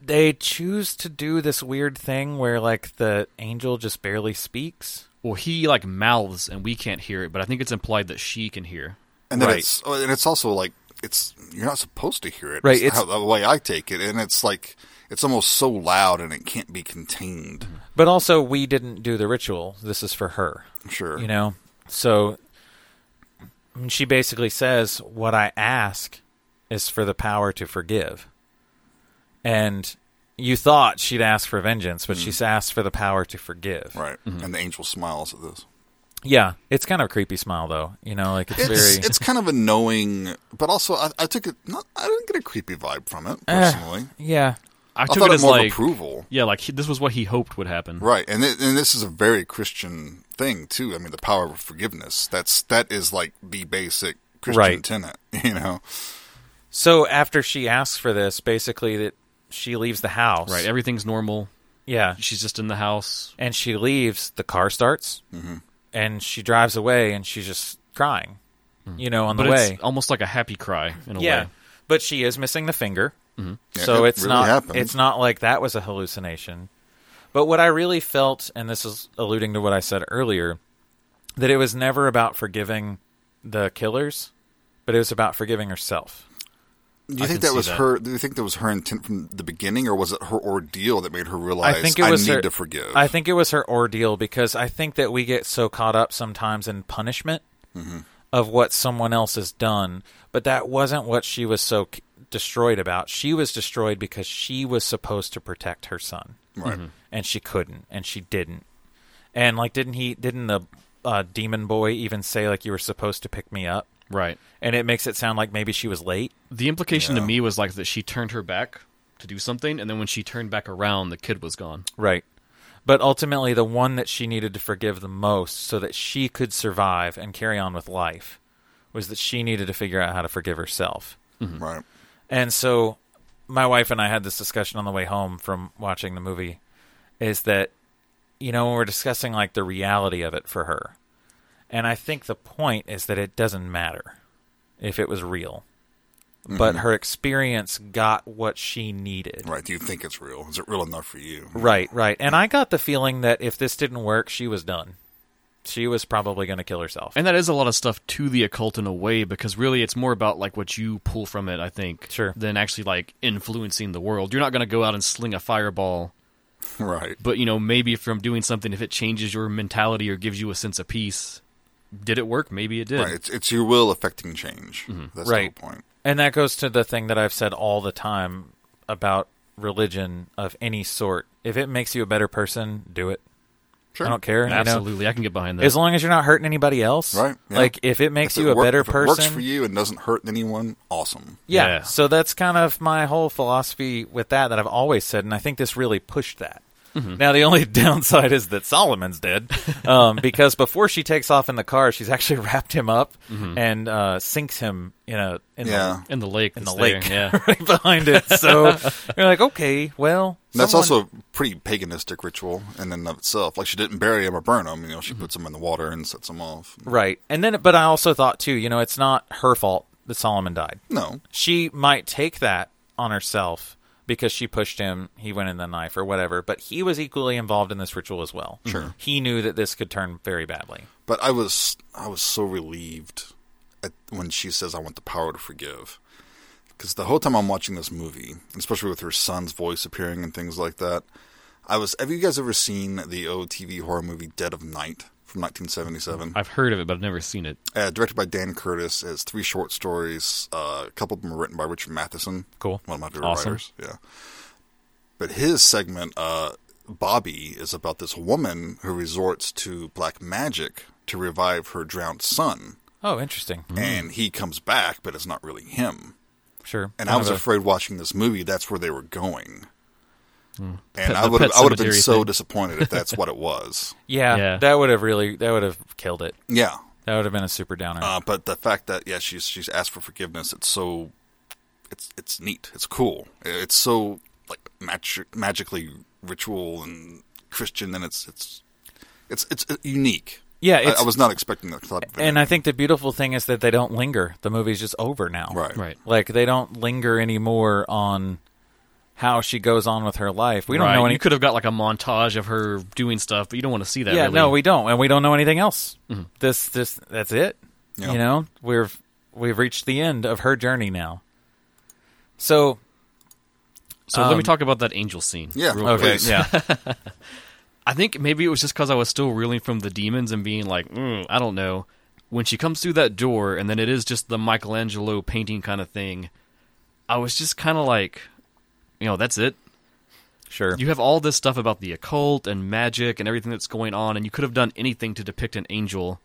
B: they choose to do this weird thing where like the angel just barely speaks.
A: Well, he like mouths and we can't hear it, but I think it's implied that she can hear.
C: and then
B: Right.
C: it's oh, and it's also like it's you're not supposed to hear it.
B: Right,
C: is
B: it's-
C: how, the way I take it, and it's like it's almost so loud and it can't be contained.
B: But also, we didn't do the ritual. This is for her.
C: I'm sure.
B: You know? So I mean, she basically says, What I ask is for the power to forgive. And you thought she'd ask for vengeance,
A: Hmm.
B: but she's asked for the power to forgive.
C: Right, and the angel smiles at this.
B: Yeah. It's kind of a creepy smile, though. You know, like it's,
C: It's
B: very.
C: it's kind of annoying, but also I, I took it. Not I didn't get a creepy vibe from it personally.
B: yeah.
A: I
C: I
A: took
C: thought
A: it
C: it,
A: as
C: more
A: like.
C: of approval,
A: Yeah, like he, this was what he hoped would happen.
C: right? And it, and this is a very Christian thing too. I mean, the power of forgiveness. That's that is like the basic Christian
B: Right.
C: tenet. You know,
B: So after she asks for this, basically, that she leaves the house.
A: Right, Everything's normal.
B: Yeah.
A: She's just in the house.
B: and she leaves the car starts
A: Mm-hmm.
B: and she drives away and she's just crying you know on
A: Hmm. But
B: the way
A: it's almost like a happy cry in a
B: yeah
A: way. Mm-hmm.
B: but she is missing the finger
C: Yeah,
B: so
C: it
B: it's
C: really
B: not
C: happened.
B: it's not like that was a hallucination but what i really felt and this is alluding to what i said earlier that it was never about forgiving the killers but it was about forgiving herself
C: do you
A: I can
C: think that
A: see
C: was
A: that.
C: her? Do you think that was her intent from the beginning, or was it her ordeal that made her realize
B: I think it was
C: need
B: her,
C: to forgive?
B: I think it was her ordeal because I think that we get so caught up sometimes in punishment
C: Mm-hmm.
B: of what someone else has done, but that wasn't what she was so c- destroyed about. She was destroyed because she was supposed to protect her son,
C: right.
B: and she couldn't, and she didn't. And like, didn't he? Didn't the uh, demon boy even say like you were supposed to pick me up?
A: Right.
B: And it makes it sound like maybe she was late.
A: The implication to
C: Yeah.
A: me was like that she turned her back to do something, and then when she turned back around, the kid was gone.
B: Right. But ultimately, the one that she needed to forgive the most so that she could survive and carry on with life was that she needed to figure out how to forgive herself.
C: Mm-hmm. Right.
B: And so, my wife and I had this discussion on the way home from watching the movie is that, you know, when we're discussing like the reality of it for her. And I think the point is that it doesn't matter if it was real. But her experience got what she needed.
C: Right. Do you think it's real? Is it real enough for you?
B: Right, right. And I got the feeling that if this didn't work, she was done. She was probably going to kill herself.
A: And that is a lot of stuff to the occult in a way because really it's more about like what you pull from it, I think,
B: Sure.
A: than actually like influencing the world. You're not going to go out and sling a fireball,
C: Right.
A: but you know, maybe from doing something if it changes your mentality or gives you a sense of peace. Did it work? Maybe it did.
C: Right. It's, it's your will affecting change. That's
B: Right.
C: the whole point.
B: And that goes to the thing that I've said all the time about religion of any sort. If it makes you a better person, do it.
C: Sure.
B: I don't care. you know.
A: Absolutely. I can get behind that.
B: As long as you're not hurting anybody else.
C: Right, yeah.
B: Like if it makes
C: If it
B: you a
C: work-
B: better
C: if it
B: person.
C: works for you and doesn't hurt anyone, awesome.
B: Yeah.
A: Yeah.
B: So that's kind of my whole philosophy with that that I've always said, and I think this really pushed that.
A: Mm-hmm.
B: Now the only downside is that Solomon's dead, um, because before she takes off in the car, she's actually wrapped him up
A: Mm-hmm.
B: and uh, sinks him in a in
C: Yeah.
A: in the lake.
B: the, in the
A: that's
B: lake,
A: there, Yeah.
B: right behind it. So you're like, okay, well,
C: And that's
B: someone-
C: also a pretty paganistic ritual in and of itself. Like she didn't bury him or burn him. You know, she
B: Mm-hmm.
C: puts him in the water and sets him off.
B: right. And then, but I also thought too, you know, it's not her fault that Solomon died.
C: No.
B: she might take that on herself because she pushed him, he went in the knife or whatever, but he was equally involved in this ritual as well. Mm-hmm.
C: Sure.
B: He knew that this could turn very badly.
C: But I was I was so relieved at, when she says, "I want the power to forgive," because the whole time I'm watching this movie, and especially with her son's voice appearing and things like that, I was. Have you guys ever seen the OTV horror movie Dead of Night from 1977?
A: I've heard of it, but I've never seen it.
C: Uh, directed by Dan Curtis, it's three short stories. Uh, a couple of them were written by Richard Matheson,
B: Cool.
C: one of my favorite
A: Awesome.
C: writers. Yeah, but his segment, uh, Bobby, is about this woman who resorts to black magic to revive her drowned son,
B: Oh, interesting.
A: Hmm.
C: and he comes back, but it's not really him.
B: Sure.
C: And I
B: Kind
C: was
B: of a-
C: afraid watching this movie that's where they were going,
A: Hmm.
C: and
A: Pet-
C: I
A: the
C: would
A: Pet
C: I would have been
A: Sematary
C: so
A: thing.
C: disappointed if that's what it was.
B: yeah,
A: Yeah.
B: that would have really that would have killed it.
C: Yeah,
B: That would have been a super downer.
C: Uh, but the fact that yeah, she's she's asked for forgiveness. It's so, it's it's neat. It's cool. It's so like magi- magically ritual and Christian, and it's it's it's it's uh, unique.
B: yeah,
C: I,
B: it's,
C: I was not expecting that type of
B: and I think the beautiful thing is that they don't linger. The movie's just over now.
C: right,
A: Right.
B: Like they don't linger anymore on how she goes on with her life. We don't
A: right.
B: know any
A: You could have got like a montage of her doing stuff, but you don't want to see that.
B: yeah,
A: really.
B: no, we don't, and we don't know anything else. This, this, that's it.
C: Yeah.
B: You know, we've we've reached the end of her journey now. So
A: So let
B: Um,
A: me talk about that angel scene.
C: Yeah,
A: real
C: okay.
A: quick.
C: Please.
B: yeah,
A: I think maybe it was just because I was still reeling from the demons and being like, mm, I don't know. When she comes through that door, and then it is just the Michelangelo painting kind of thing. I was just kind of like, you know, that's it.
B: sure,
A: You have all this stuff about the occult and magic and everything that's going on, and you could have done anything to depict an angel.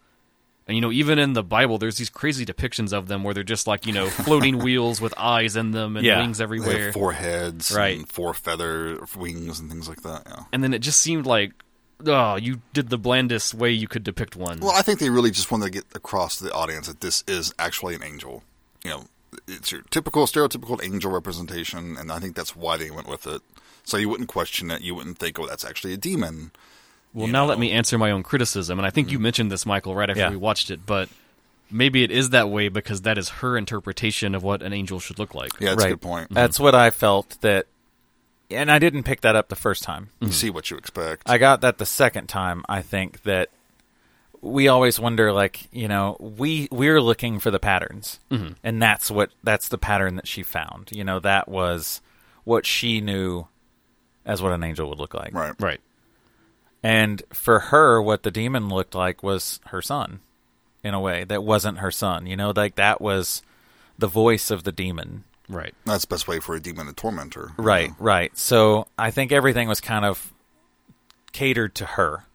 A: And you know, even in the Bible, there's these crazy depictions of them where they're just like you know floating wheels with eyes in them and
B: Yeah.
A: wings
C: They
A: everywhere.
C: have four heads,
A: Right.
C: and four feather wings, and things like that. Yeah.
A: and then it just seemed like, oh, you did the blandest way you could depict one.
C: Well, I think they really just wanted to get across to the audience that this is actually an angel. You know, it's your typical stereotypical angel representation, and I think that's why they went with it. So you wouldn't question it. You wouldn't think, oh, that's actually a demon.
A: Well,
C: you
A: now let
C: know.
A: me answer my own criticism, and I think you mentioned this, Michael, right after
B: Yeah.
A: we watched it, but maybe it is that way because that is her interpretation of what an angel should look like.
C: Yeah, that's
B: right. Mm-hmm.
C: a good point.
B: That's what I felt that, and I didn't pick that up the first time.
C: you see what you expect.
B: I got that the second time. I think that we always wonder, like you know, we we're looking for the patterns, and that's what that's the pattern that she found. You know, that was what she knew as what an angel would look like.
C: right.
A: Right.
B: And for her, what the demon looked like was her son, in a way that wasn't her son. You know, like that was the voice of the demon.
A: Right.
C: That's the best way for a demon to torment her. you
B: Right,
C: know.
B: right. So I think everything was kind of catered to her.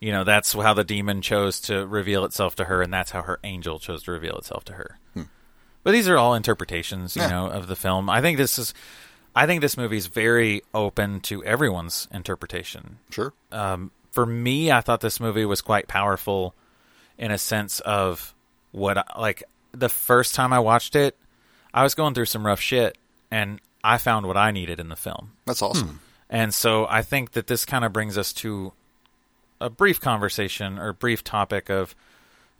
B: You know, that's how the demon chose to reveal itself to her, and that's how her angel chose to reveal itself to her. But these are all interpretations, you
C: Yeah.
B: know, of the film. I think this is, I think this movie is very open to everyone's interpretation.
C: Sure.
B: um, for me, I thought this movie was quite powerful in a sense of what, I, like, the first time I watched it, I was going through some rough shit and I found what I needed in the film.
C: That's awesome.
B: And so I think that this kind of brings us to a brief conversation or brief topic of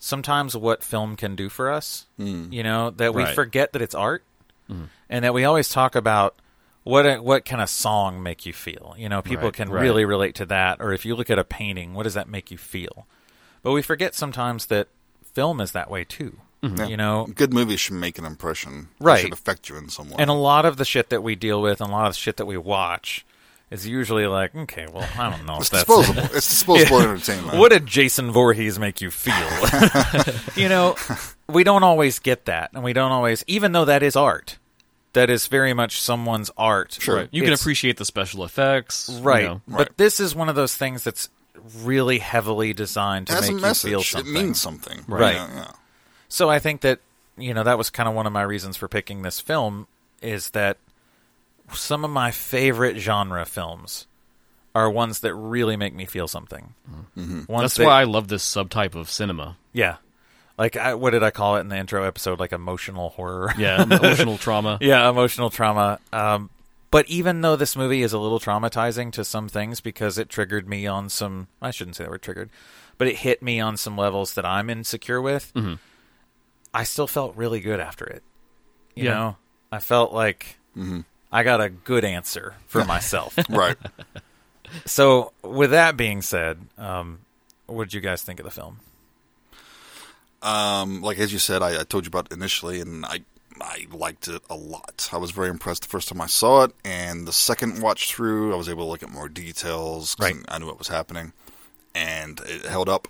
B: sometimes what film can do for us. You know, that we
A: Right.
B: forget that it's art
A: Mm-hmm.
B: and that we always talk about what what can a song make you feel? You know, people
A: Right,
B: can
A: right.
B: really relate to that or if you look at a painting, what does that make you feel? But we forget sometimes that film is that way too.
A: Mm-hmm.
B: You know,
C: Good movies should make an impression. They
B: hmm. Right.
C: should affect you in some way.
B: and a lot of the shit that we deal with and a lot of the shit that we watch is usually like, okay, well, I don't know if
C: it's
B: that's
C: disposable. it's disposable entertainment.
B: What did Jason Voorhees make you feel? you know, we don't always get that, and we don't always, even though that is art, that is very much someone's art.
C: Sure.
A: You can
B: It's-
A: appreciate the special effects, you
B: right,
A: know.
B: But this is one of those things that's really heavily designed
C: it
B: to
C: has a
B: make
C: message.
B: you feel
C: It
B: something.
C: means something.
B: Right.
C: Yeah, yeah.
B: So I think that you know that was kind of one of my reasons for picking this film is that some of my favorite genre films are ones that really make me feel something. Mm-hmm.
A: That's why I love this subtype of cinema.
B: yeah, like I, what did I call it in the intro episode? Like emotional horror.
A: Yeah, emotional trauma.
B: yeah, emotional trauma. Um, but even though this movie is a little traumatizing to some things because it triggered me on some, I shouldn't say that word triggered, but it hit me on some levels that I'm insecure with.
A: Mm-hmm.
B: I still felt really good after it. You
A: Yeah.
B: know, I felt like I got a good answer for myself.
C: Right.
B: so, with that being said, um, what did you guys think of the film?
C: Um, like as you said, I, I told you about it initially, and I I liked it a lot. I was very impressed the first time I saw it, and the second watch through, I was able to look at more details. 'cause
B: Right.
C: I knew what was happening, and it held up.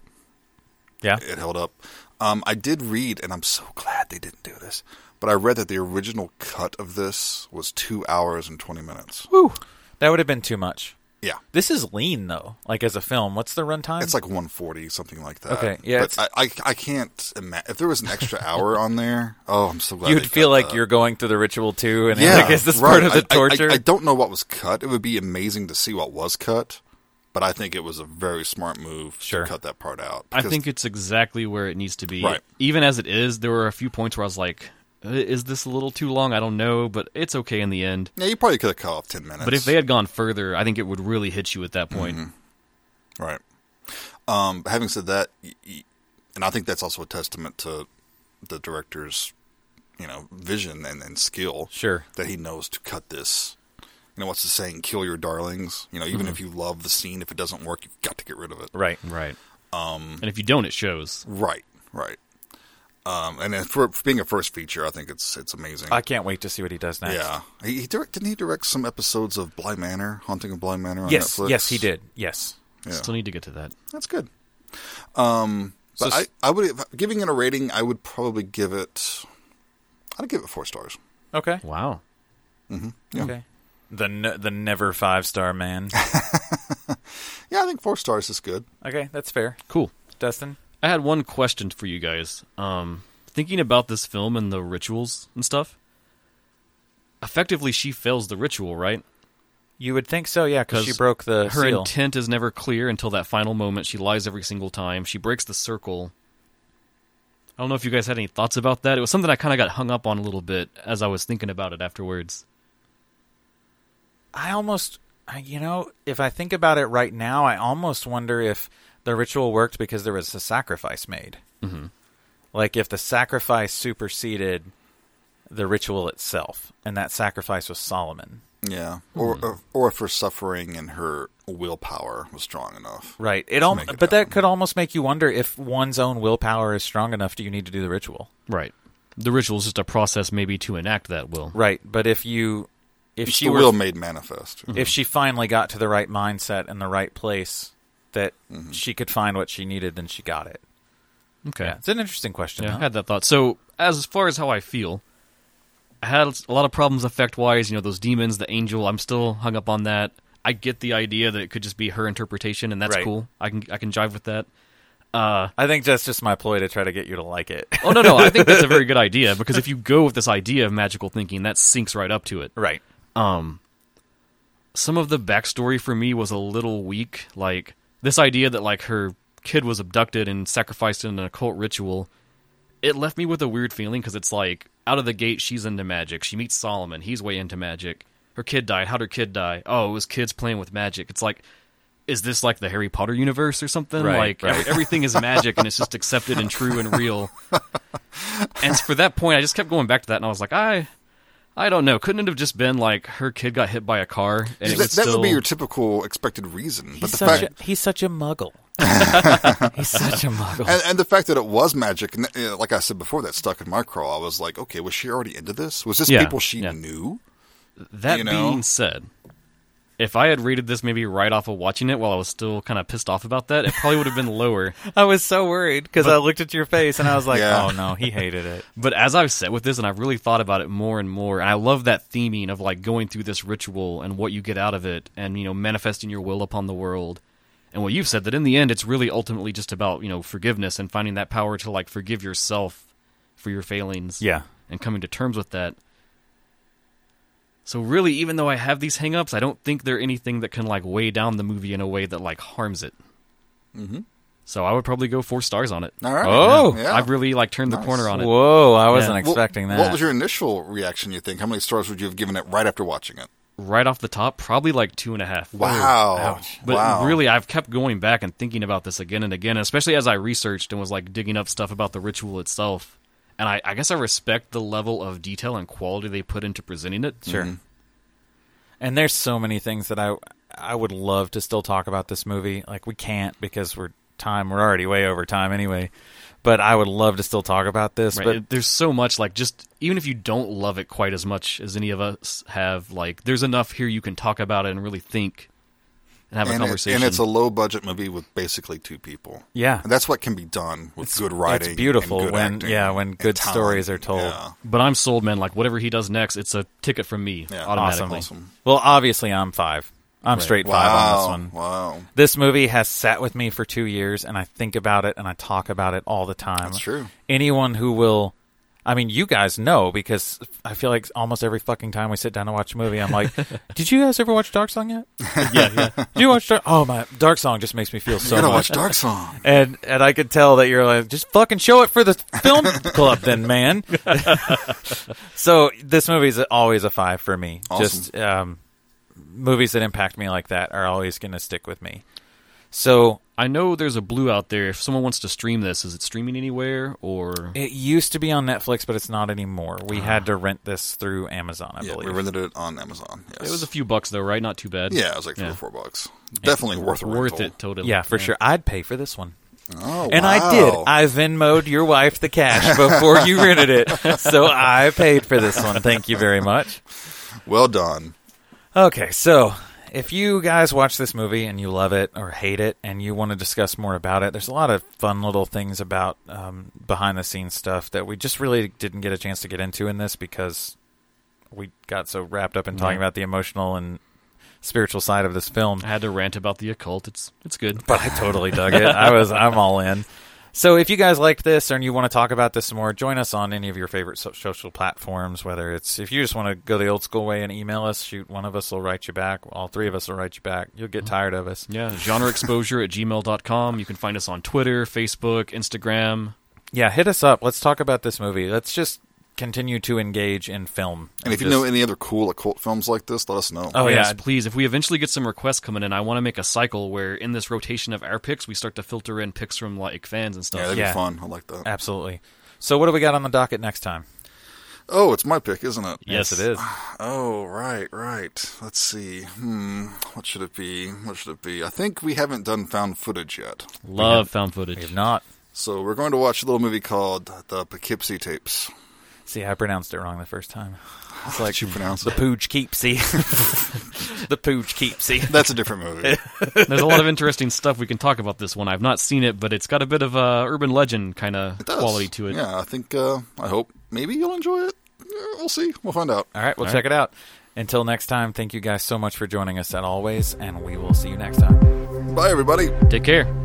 B: Yeah.
C: It held up. Um, I did read, and I'm so glad they didn't do this. But I read that the original cut of this was two hours and twenty minutes.
B: Woo. That would have been too much.
C: Yeah,
B: This is lean, though, like as a film. What's the runtime?
C: it's like 140, something like that.
B: Okay, yeah,
C: But
B: it's-
C: I, I, I can't imagine if there was an extra hour on there. Oh, I'm so glad they
B: You'd feel
C: cut
B: like
C: that.
B: you're going through the ritual too, and like, is this part
C: right.
B: of the
C: I- I-
B: torture?
C: I, I don't know what was cut. It would be amazing to see what was cut, but I think it was a very smart move
B: Sure.
C: to cut that part out.
A: I
C: because-
A: think it's exactly where it needs to be.
C: Right.
A: Even as it is, there were a few points where I was like, "Uh, is this a little too long? I don't know, but it's okay in the end.
C: yeah, you probably could have cut off ten minutes.
A: But if they had gone further, I think it would really hit you at that point.
C: Mm-hmm. right. Um, but having said that, y- y- and I think that's also a testament to the director's, you know, vision and, and skill.
B: sure.
C: that he knows to cut this. You know what's the saying? Kill your darlings. You know,
B: Mm-hmm.
C: even if you love the scene, if it doesn't work, you've got to get rid of it.
B: Right.
A: Right. Um, and if you don't, it shows.
C: Right, right. Um, and then for, for being a first feature, I think it's it's amazing.
B: I can't wait to see what he does next.
C: yeah, he, he direct, didn't he direct some episodes of Bly Manor, Haunting of Bly Manor on
B: Yes.
C: Netflix?
B: Yes, he did. Yes.
C: Yeah.
A: Still need to get to that.
C: That's good. Um, but
B: So
C: I,
B: s-
C: I would if- giving it a rating. I would probably give it. I'd give it four stars.
B: Okay.
A: Wow.
C: Yeah.
B: Okay. The ne- the never five star man.
C: Yeah, I think four stars is good.
B: okay, that's fair.
A: Cool.
B: Dustin.
A: I had one question for you guys. Um, thinking about this film and the rituals and stuff, effectively, she fails the ritual, right?
B: You would think so, yeah, because she
A: 'Cause
B: broke the
A: Her
B: seal.
A: intent is never clear until that final moment. She lies every single time. She breaks the circle. I don't know if you guys had any thoughts about that. It was something I kind of got hung up on a little bit as I was thinking about it afterwards.
B: I almost, I- you know, if I think about it right now, I almost wonder if the ritual worked because there was a sacrifice made. Mm-hmm. Like if the sacrifice superseded the ritual itself, and that sacrifice was Solomon,
C: Yeah,
B: Hmm.
C: or, or or if her suffering and her willpower was strong enough.
B: right? It al-
C: make it
B: but that
C: happen.
B: could almost make you wonder if one's own willpower is strong enough. Do you need to do the ritual,
A: Right. The ritual is just a process, maybe, to enact that will.
B: right? But if you, if
C: It's
B: she Mm-hmm.
C: the
B: were
C: will made manifest.
B: if she finally got to the right mindset and the right place that
C: Mm-hmm.
B: she could find what she needed then she got it
A: Okay.
B: yeah Uh-huh. it's an interesting question
A: Yeah, I
B: though.
A: had that thought. So, as far as how I feel, I had a lot of problems effect wise. You know, those demons, the angel. I'm still hung up on that. I get the idea that it could just be her interpretation, and that's
B: Right.
A: cool. I can I can jive with that.
B: I think that's just my ploy to try to get you to like it
A: Oh no, no, I think that's a very good idea because if you go with this idea of magical thinking, that sinks right up to it.
B: right
A: Some of the backstory for me was a little weak. Like this idea that like her kid was abducted and sacrificed in an occult ritual. It left me with a weird feeling because it's like out of the gate she's into magic. She meets Solomon. He's way into magic. Her kid died. How'd her kid die? Oh, it was kids playing with magic. It's like, is this like the Harry Potter universe or something?
B: Right,
A: like ev-
B: right.
A: everything is magic and it's just accepted and true and real. and for that point, I just kept going back to that, and I was like, I, I don't know. Couldn't it have just been like her kid got hit by a car, and it
C: that,
A: would
C: that
A: still
C: would be your typical expected reason. But
B: he's
C: the
B: such,
C: fact
B: a, he's such a muggle He's such a muggle.
C: And, and the fact that it was magic, and you know, like I said before, that stuck in my craw. I was like, okay, was she already into this? Was this
A: Yeah,
C: people she
A: yeah.
C: knew?
A: That
C: You know?
A: being said, if I had rated this maybe right off of watching it while I was still kind of pissed off about that, it probably would have been lower.
B: I was so worried because I looked at your face and I was like,
C: Yeah.
B: "Oh no, he hated it."
A: But as I've sat with this and I've really thought about it more and more, and I love that theming of like going through this ritual and what you get out of it and, you know, manifesting your will upon the world. And what you've said that in the end it's really ultimately just about, you know, forgiveness and finding that power to like forgive yourself for your failings.
B: Yeah,
A: and coming to terms with that. So really, even though I have these hangups, I don't think they're anything that can like weigh down the movie in a way that like harms it. Mm-hmm. So I would probably go four stars on it.
C: All right.
B: Oh,
C: yeah.
A: I've really like turned the
C: Nice.
A: corner on it.
B: Whoa, I wasn't
A: Yeah.
C: Well,
B: expecting that.
C: What was your initial reaction? You think how many stars would you have given it right after watching it?
A: Right off the top, probably like two and a half.
C: Wow.
B: ouch.
A: But
C: wow.
A: really, I've kept going back and thinking about this again and again, especially as I researched and was like digging up stuff about the ritual itself. And I, I guess I respect the level of detail and quality they put into presenting it.
B: Sure. And there's so many things that I I would love to still talk about this movie. Like we can't because we're time. We're already way over time anyway. But I would love to still talk about this.
A: Right.
B: But
A: it- there's so much like just even if you don't love it quite as much as any of us have, like there's enough here you can talk about it and really think and have a
C: and, it-
A: conversation.
C: and it's a low budget movie with basically two people.
B: yeah,
C: And that's what can be done with good writing.
B: it's beautiful
C: and good
B: when-
C: acting
B: yeah, when
C: and
B: good
C: talent.
B: stories are told.
C: Yeah.
A: but I'm sold, man. Like whatever he does next, it's a ticket from me
C: Yeah,
A: automatically.
C: Awesome.
B: well, obviously I'm five. I'm straight five on this
C: Wow.
B: one.
C: Wow.
B: This movie has sat with me for two years, and I think about it and I talk about it all the time.
C: That's true.
B: Anyone who will, I mean, you guys know because I feel like almost every fucking time we sit down to watch a movie, I'm like, "Did you guys ever watch Dark Song yet?
A: yeah, yeah.
B: Did you watch Dark? Oh my, Dark Song just makes me feel so
C: You're
B: much."
C: gonna watch Dark Song.
B: and and I could tell that you're like, just fucking show it for the film club, then, man. so this movie's always a five for me. Just um, movies that impact me like that are always going to stick with me. So
A: I know there's a blue out there. If someone wants to stream this, is it streaming anywhere or
B: it used to be on Netflix, but it's not anymore. We had to rent this through Amazon, I
C: Ah. Yeah, we
B: believe.
C: rented it on Amazon. Yes.
A: it was a few bucks though, right? Not too bad.
C: yeah, it was like three
A: Yeah.
C: or four bucks. Definitely worth a
A: worth
C: rental.
A: it totally.
B: yeah, for sure. I'd pay for this one.
C: Oh,
B: And I did.
C: wow.
B: I Venmoed your wife the cash before you rented it. So I paid for this one. Thank you very much.
C: well done.
B: Okay, so if you guys watch this movie and you love it or hate it and you want to discuss more about it, there's a lot of fun little things about um, behind the scenes stuff that we just really didn't get a chance to get into in this because we got so wrapped up in talking
A: Yeah.
B: about the emotional and spiritual side of this film.
A: I had to rant about the occult. It's it's good.
B: But I totally dug it. I was I'm all in. So if you guys liked this and you want to talk about this some more, join us on any of your favorite so- social platforms. Whether it's if you just want to go the old school way and email us, shoot, one of us will write you back. All three of us will write you back. You'll get tired of us.
A: Mm-hmm. Yeah, genre exposure at gmail.com. You can find us on Twitter, Facebook, Instagram.
B: Yeah, hit us up. Let's talk about this movie. Let's just continue to engage in film.
C: And if you
B: just-
C: know any other cool occult films like this, let us know.
B: oh
A: yes,
B: yeah,
A: please. If we eventually get some requests coming in, I want to make a cycle where in this rotation of our picks, we start to filter in picks from like fans and
C: yeah,
A: stuff.
C: that'd
B: yeah. Uh,
C: be fun. I like that.
B: absolutely. So what do we got on the docket next time?
C: Oh, it's my pick, isn't it?
A: Yes.
B: it is.
C: Oh, right, right. Let's see. Hmm, what should it be? What should it be? I think we haven't done found footage yet.
A: Love found
B: We
A: footage.
B: have not.
C: So we're going to watch a little movie called The Poughkeepsie Tapes.
B: See, I pronounced it wrong the first time.
C: It's like you pronounce
B: The
C: it.
B: pooch keepsy. the pooch keepsy.
C: That's a different movie.
A: There's a lot of interesting stuff we can talk about this one. I've not seen it, but it's got a bit of uh, urban legend kind of
C: It does.
A: quality to it.
C: Yeah, I think. Uh, I hope maybe you'll enjoy it. Yeah, we'll see. We'll find out.
B: All right, we'll check it out. Until next time, thank you guys so much for joining us as always, and we will see you next time.
C: Bye, everybody.
A: Take care.